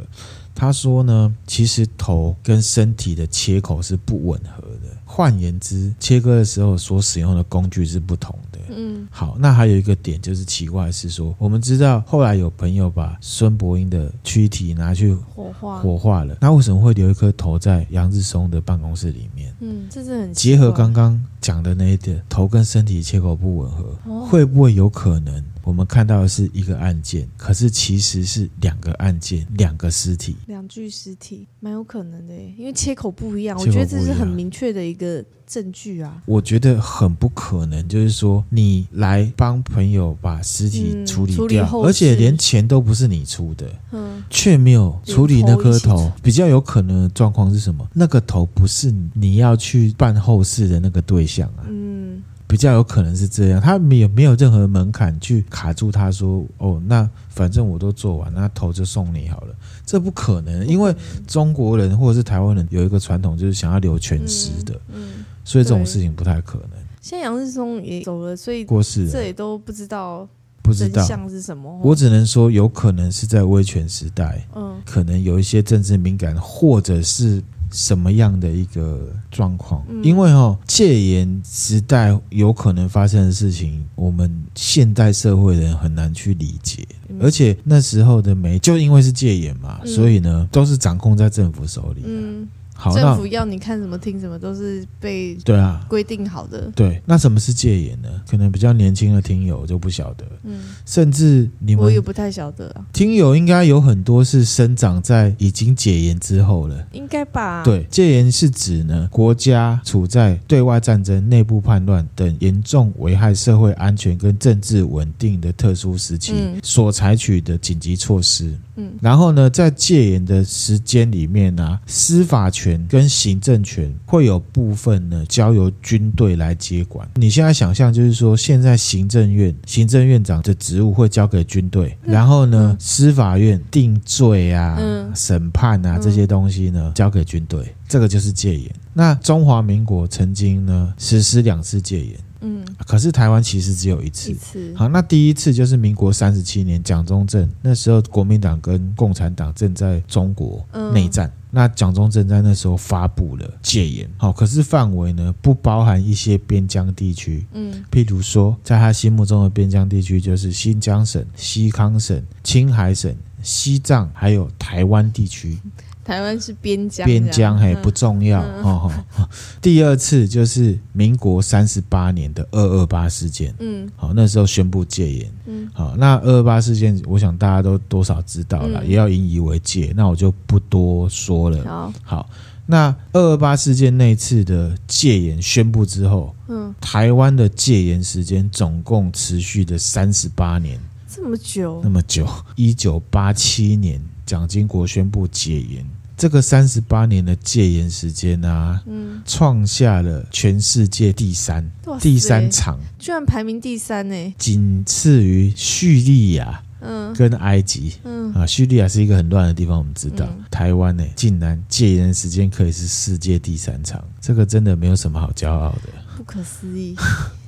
A: 他说呢，其实头跟身体的切口是不吻合的，换言之，切割的时候所使用的工具是不同的。
C: 嗯
A: 好，那还有一个点就是奇怪的是说，我们知道后来有朋友把孙伯英的躯体拿去
C: 火化，
A: 火化了，那为什么会留一颗头在杨志松的办公室里面？
C: 嗯，这是很奇
A: 结合
C: 怪
A: 刚刚讲的那一点，头跟身体切口不吻合，
C: 哦
A: 会不会有可能我们看到的是一个案件，可是其实是两个案件，两个尸体？
C: 两具尸体，蛮有可能的耶，因为切口不一样，我
A: 切口
C: 觉得这
A: 不一
C: 是
A: 样
C: 很明确的一个证据啊。
A: 我觉得很不可能，就是说你来帮朋友把尸体
C: 嗯
A: 处理
C: 处理
A: 掉，
C: 后
A: 而且
C: 事
A: 连钱都不是你出的，
C: 嗯，
A: 却没有处理那颗
C: 连头一
A: 头
C: 起，
A: 比较有可能的状况是什么？那个头不是你要去办后事的那个对象啊，
C: 嗯，
A: 比较有可能是这样。他没有没有任何门槛去卡住他说，哦，那反正我都做完，那头就送你好了，这不可能，因为
C: 嗯
A: 中国人或者是台湾人有一个传统，就是想要留全尸的，
C: 嗯，
A: 所以这种
C: 对
A: 事情不太可能。
C: 现在杨志松也走了，所以
A: 过世
C: 这
A: 了，
C: 也都不知道
A: 不知
C: 真
A: 道，
C: 相是什么哦。
A: 我只能说有可能是在威权时代。
C: 嗯
A: 可能有一些政治敏感，或者是什么样的一个状况？
C: 嗯
A: 因为哦，戒严时代有可能发生的事情，我们现代社会人很难去理解。
C: 嗯
A: 而且那时候的媒，就因为是戒严嘛，
C: 嗯
A: 所以呢，都是掌控在政府手里、啊。
C: 嗯，
A: 好，
C: 政
A: 那
C: 府要你看什么听什么，都是被
A: 对啊。
C: 规定好的。
A: 对，那什么是戒严呢？可能比较年轻的听友就不晓得，
C: 嗯，
A: 甚至你
C: 我也
A: 们
C: 不太晓得啊，
A: 听友应该有很多是生长在已经解严之后了，
C: 应该吧？，
A: 对，戒严是指呢，国家处在对外战争、内部叛乱等严重危害社会安全跟政治稳定的特殊时期，
C: 嗯
A: 所采取的紧急措施。
C: 嗯
A: 然后呢，在戒严的时间里面呢、司法权跟行政权会有部分呢交由军队来接管。你现在想象就是说，现在行政院行政院长的职务会交给军队，然后呢，司法院定罪啊、
C: 嗯
A: 审判啊
C: 嗯
A: 这些东西呢交给军队，这个就是戒严。那中华民国曾经呢实施两次戒严，
C: 嗯，
A: 可是台湾其实只有一次
C: 一。次，
A: 好，那第一次就是民国三十七年，蒋中正那时候国民党跟共产党正在中国
C: 嗯
A: 内战，那蒋中正在那时候发布了戒严，好，可是范围呢不包含一些边疆地区，
C: 嗯
A: 譬如说，在他心目中的边疆地区就是新疆省、西康省、青海省、西藏，还有台湾地区。
C: 台湾是边疆这样，
A: 边疆嘿
C: 嗯
A: 不重要
C: 嗯
A: 哦哦。第二次就是民国三十八年的二二八事件，
C: 嗯
A: 好，那时候宣布戒严。
C: 嗯
A: 好，那二二八事件，我想大家都多少知道了，
C: 嗯
A: 也要引以为戒，那我就不多说了。
C: 好，
A: 好，那二二八事件那次的戒严宣布之后，
C: 嗯，
A: 台湾的戒严时间总共持续的三十八年，
B: 这么久
A: 那，么久。一九八七年，蒋经国宣布解严，这个三十八年的戒严时间啊，
C: 嗯，
A: 创下了全世界第三
C: 哇塞
A: 第三长，
C: 居然排名第三呢，
A: 仅次于叙利亚
C: 嗯
A: 跟埃及。
C: 嗯，
A: 啊，叙利亚是一个很乱的地方，我们知道。
C: 嗯
A: 台湾呢、竟然戒严时间可以是世界第三长，这个真的没有什么好骄傲的。
C: 不可思议，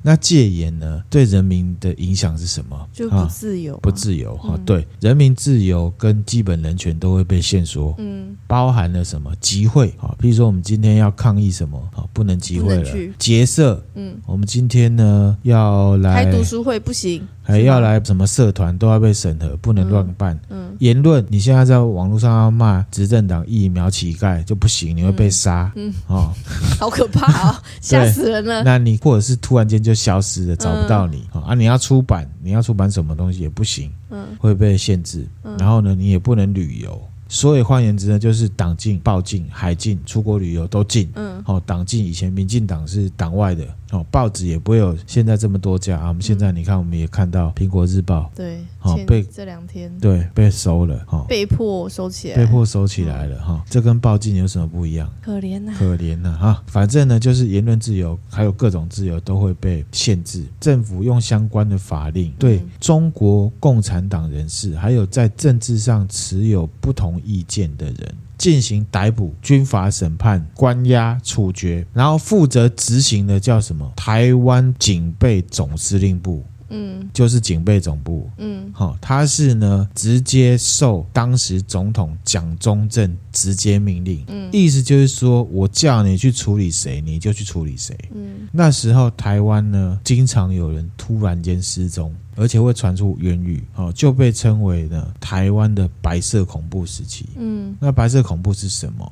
A: 那戒严呢，对人民的影响是什么？
C: 就不
A: 啊，
C: 自由，
A: 不，自由哈、
C: 嗯
A: 对，人民自由跟基本人权都会被限缩，
C: 嗯
A: 包含了什么集会啊？譬如说我们今天要抗议什么啊，不能集会
C: 不能
A: 了
C: 去；
A: 结社，
C: 嗯，
A: 我们今天呢要来
C: 开读书会不行，
A: 还
C: 是吗
A: 要来什么社团都要被审核，不
C: 嗯
A: 能乱办。
C: 嗯
A: 言论，你现在在网络上要骂执政党疫苗乞丐就不行，你会被杀。
C: 嗯 [laughs]
A: 哦，
C: 好可怕
A: [laughs]
C: 哦，吓死人了，
A: 那你或者是突然间就消失了，找不到你、哦啊！你要出版，你要出版什么东西也不行，
C: 嗯
A: 会被限制。
C: 嗯
A: 然后呢，你也不能旅游。所以换言之呢，就是党禁、报禁、海禁、出国旅游都禁。
C: 嗯
A: 哦，党禁以前民进党是党外的哦，报纸也不会有现在这么多家啊。我们现在你看，我们也看到《苹果日报
C: 对，
A: 好
C: 前
A: 被
C: 这两天》
A: 对被收了哦，
C: 被迫收起来，
A: 被迫收起来了哈、这跟报禁有什么不一样？
C: 可怜啊呐、
A: 可怜呐、哈、反正呢，就是言论自由还有各种自由都会被限制。政府用相关的法令对中国共产党人士，还有在政治上持有不同意见的人进行逮捕、军法审判、关押、处决，然后负责执行的叫什么？台湾警备总司令部，
C: 嗯
A: 就是警备总部。
C: 嗯
A: 好、他是呢直接受当时总统蒋中正直接命令，
C: 嗯
A: 意思就是说我叫你去处理谁，你就去处理谁。
C: 嗯
A: 那时候台湾呢，经常有人突然间失踪，而且会传出冤狱，哦，就被称为呢台湾的白色恐怖时期。
C: 嗯
A: 那白色恐怖是什么？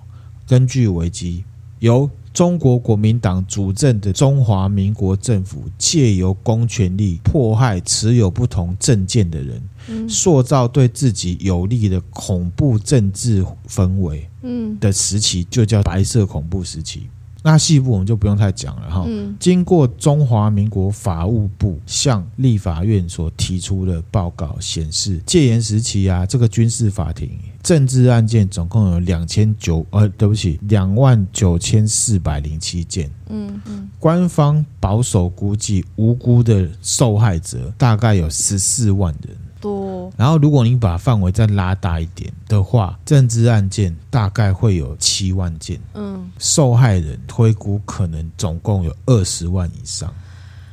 A: 根据维基，由中国国民党主政的中华民国政府借由公权力迫害持有不同政见的人，
C: 嗯
A: 塑造对自己有利的恐怖政治氛围
C: 嗯
A: 的时期，就叫白色恐怖时期。那细部我们就不用太讲了哈。
C: 嗯
A: 经过中华民国法务部向立法院所提出的报告显示，戒严时期啊，这个军事法庭政治案件总共有两千九呃，对不起，两万九千四百零七件。
C: 嗯嗯，
A: 官方保守估计，无辜的受害者大概有十四万人。
C: 多
A: 然后，如果你把范围再拉大一点的话，政治案件大概会有七万件，
C: 嗯
A: 受害人推估可能总共有二十万以上。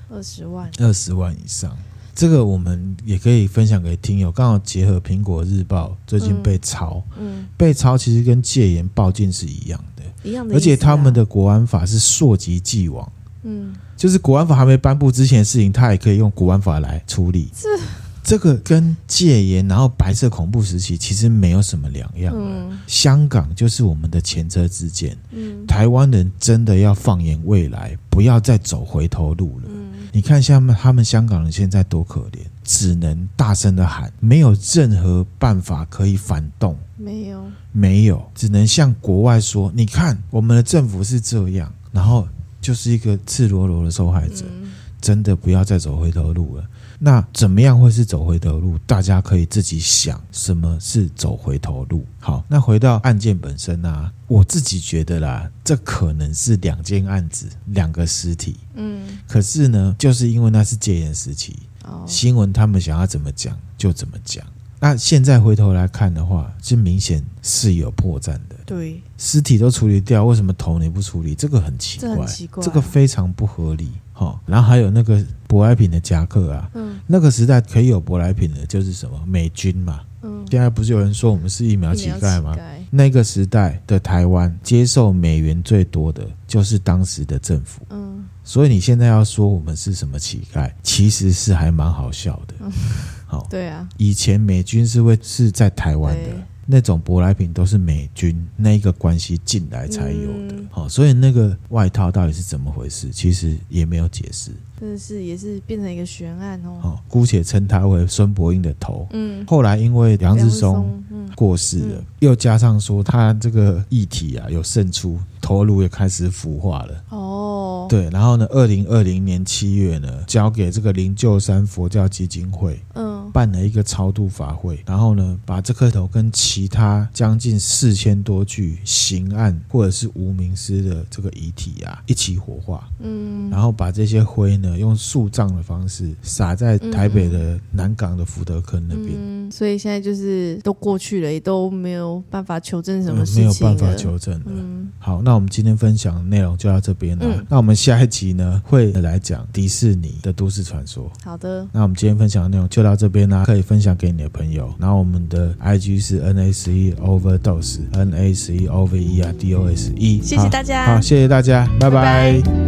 C: 二十万，
A: 二十万以上。这个我们也可以分享给听友，刚好结合《苹果日报》最近
C: 嗯
A: 被抄，
C: 嗯，
A: 被抄其实跟戒严报禁是一样的，
C: 一样的、啊
A: 而且他们，的国安法是溯及既往，
C: 嗯，
A: 就是国安法还没颁布之前的事情，他也可以用国安法来处理。这这个跟戒严，然后白色恐怖时期其实没有什么两样了。
C: 嗯
A: 香港就是我们的前车之鉴，
C: 嗯
A: 台湾人真的要放眼未来，不要再走回头路了。
C: 嗯
A: 你看像他们香港人现在多可怜，只能大声的喊，没有任何办法可以反动，
C: 没有，
A: 没有，只能向国外说，你看我们的政府是这样，然后就是一个赤裸裸的受害者，
C: 嗯
A: 真的不要再走回头路了。那怎么样会是走回头路？大家可以自己想什么是走回头路。好，那回到案件本身啊，我自己觉得啦，这可能是两件案子，两个尸体。
C: 嗯，
A: 可是呢，就是因为那是戒严时期，
C: 哦，
A: 新闻他们想要怎么讲就怎么讲。那现在回头来看的话，是明显是有破绽的。
B: 对，
A: 尸体都处理掉，为什么头你不处理？这个很奇
B: 这
A: 怪，
B: 很奇怪
A: 这个非常不合理。哈、然后还有那个舶来品的夹克啊，
C: 嗯
A: 那个时代可以有舶来品的，就是什么美军嘛。
C: 嗯，
A: 现在不是有人说我们是疫苗
C: 疫
A: 乞
C: 苗
A: 丐吗？
C: 乞丐
A: 那个时代的台湾接受美元最多的就是当时的政府。
C: 嗯，
A: 所以你现在要说我们是什么乞丐，其实是还蛮好笑的。好、
C: 嗯 [laughs] 对啊，
A: 以前美军是会是在台湾的
C: 对，
A: 那种舶来品都是美军那一个关系进来才有的
C: 嗯。
A: 好、所以那个外套到底是怎么回事，其实也没有解释。
C: 真的是也是变成一个悬案哦。
A: 好、姑且称它为孙伯英的头。
C: 嗯，
A: 后来因为梁
C: 梁
A: 日松，
C: 嗯，
A: 过世了，
C: 嗯
A: 又加上说他这个议题啊有胜出，头颅也开始腐化了。
C: 哦，，
A: 对，然后呢，二零二零年七月呢，交给这个灵鹫山佛教基金会
C: 嗯，
A: 办了一个超度法会，然后呢，把这颗头跟其他将近四千多具刑案或者是无名尸的这个遗体啊一起火化，
C: 嗯，
A: 然后把这些灰呢用树葬的方式撒在台北的南港的福德坑那边。
C: 嗯，所以现在就是都过去了，也都没有办法求证什么
A: 呃
C: 事
A: 没
C: 情、啊
A: 有办法。求证了。
C: 嗯，
A: 好，那我们今天分享的内容就到这边了。
C: 嗯
A: 那我们下一集呢会来讲迪士尼的都市传说。
C: 好的，
A: 那我们今天分享的内容就到这边啦，可以分享给你的朋友。然后我们的 IG 是 N A 十一 Overdose N A 十一 O V E R D O S E。
B: 谢谢大家
A: 好，好，谢谢大家，拜
B: 拜
A: 拜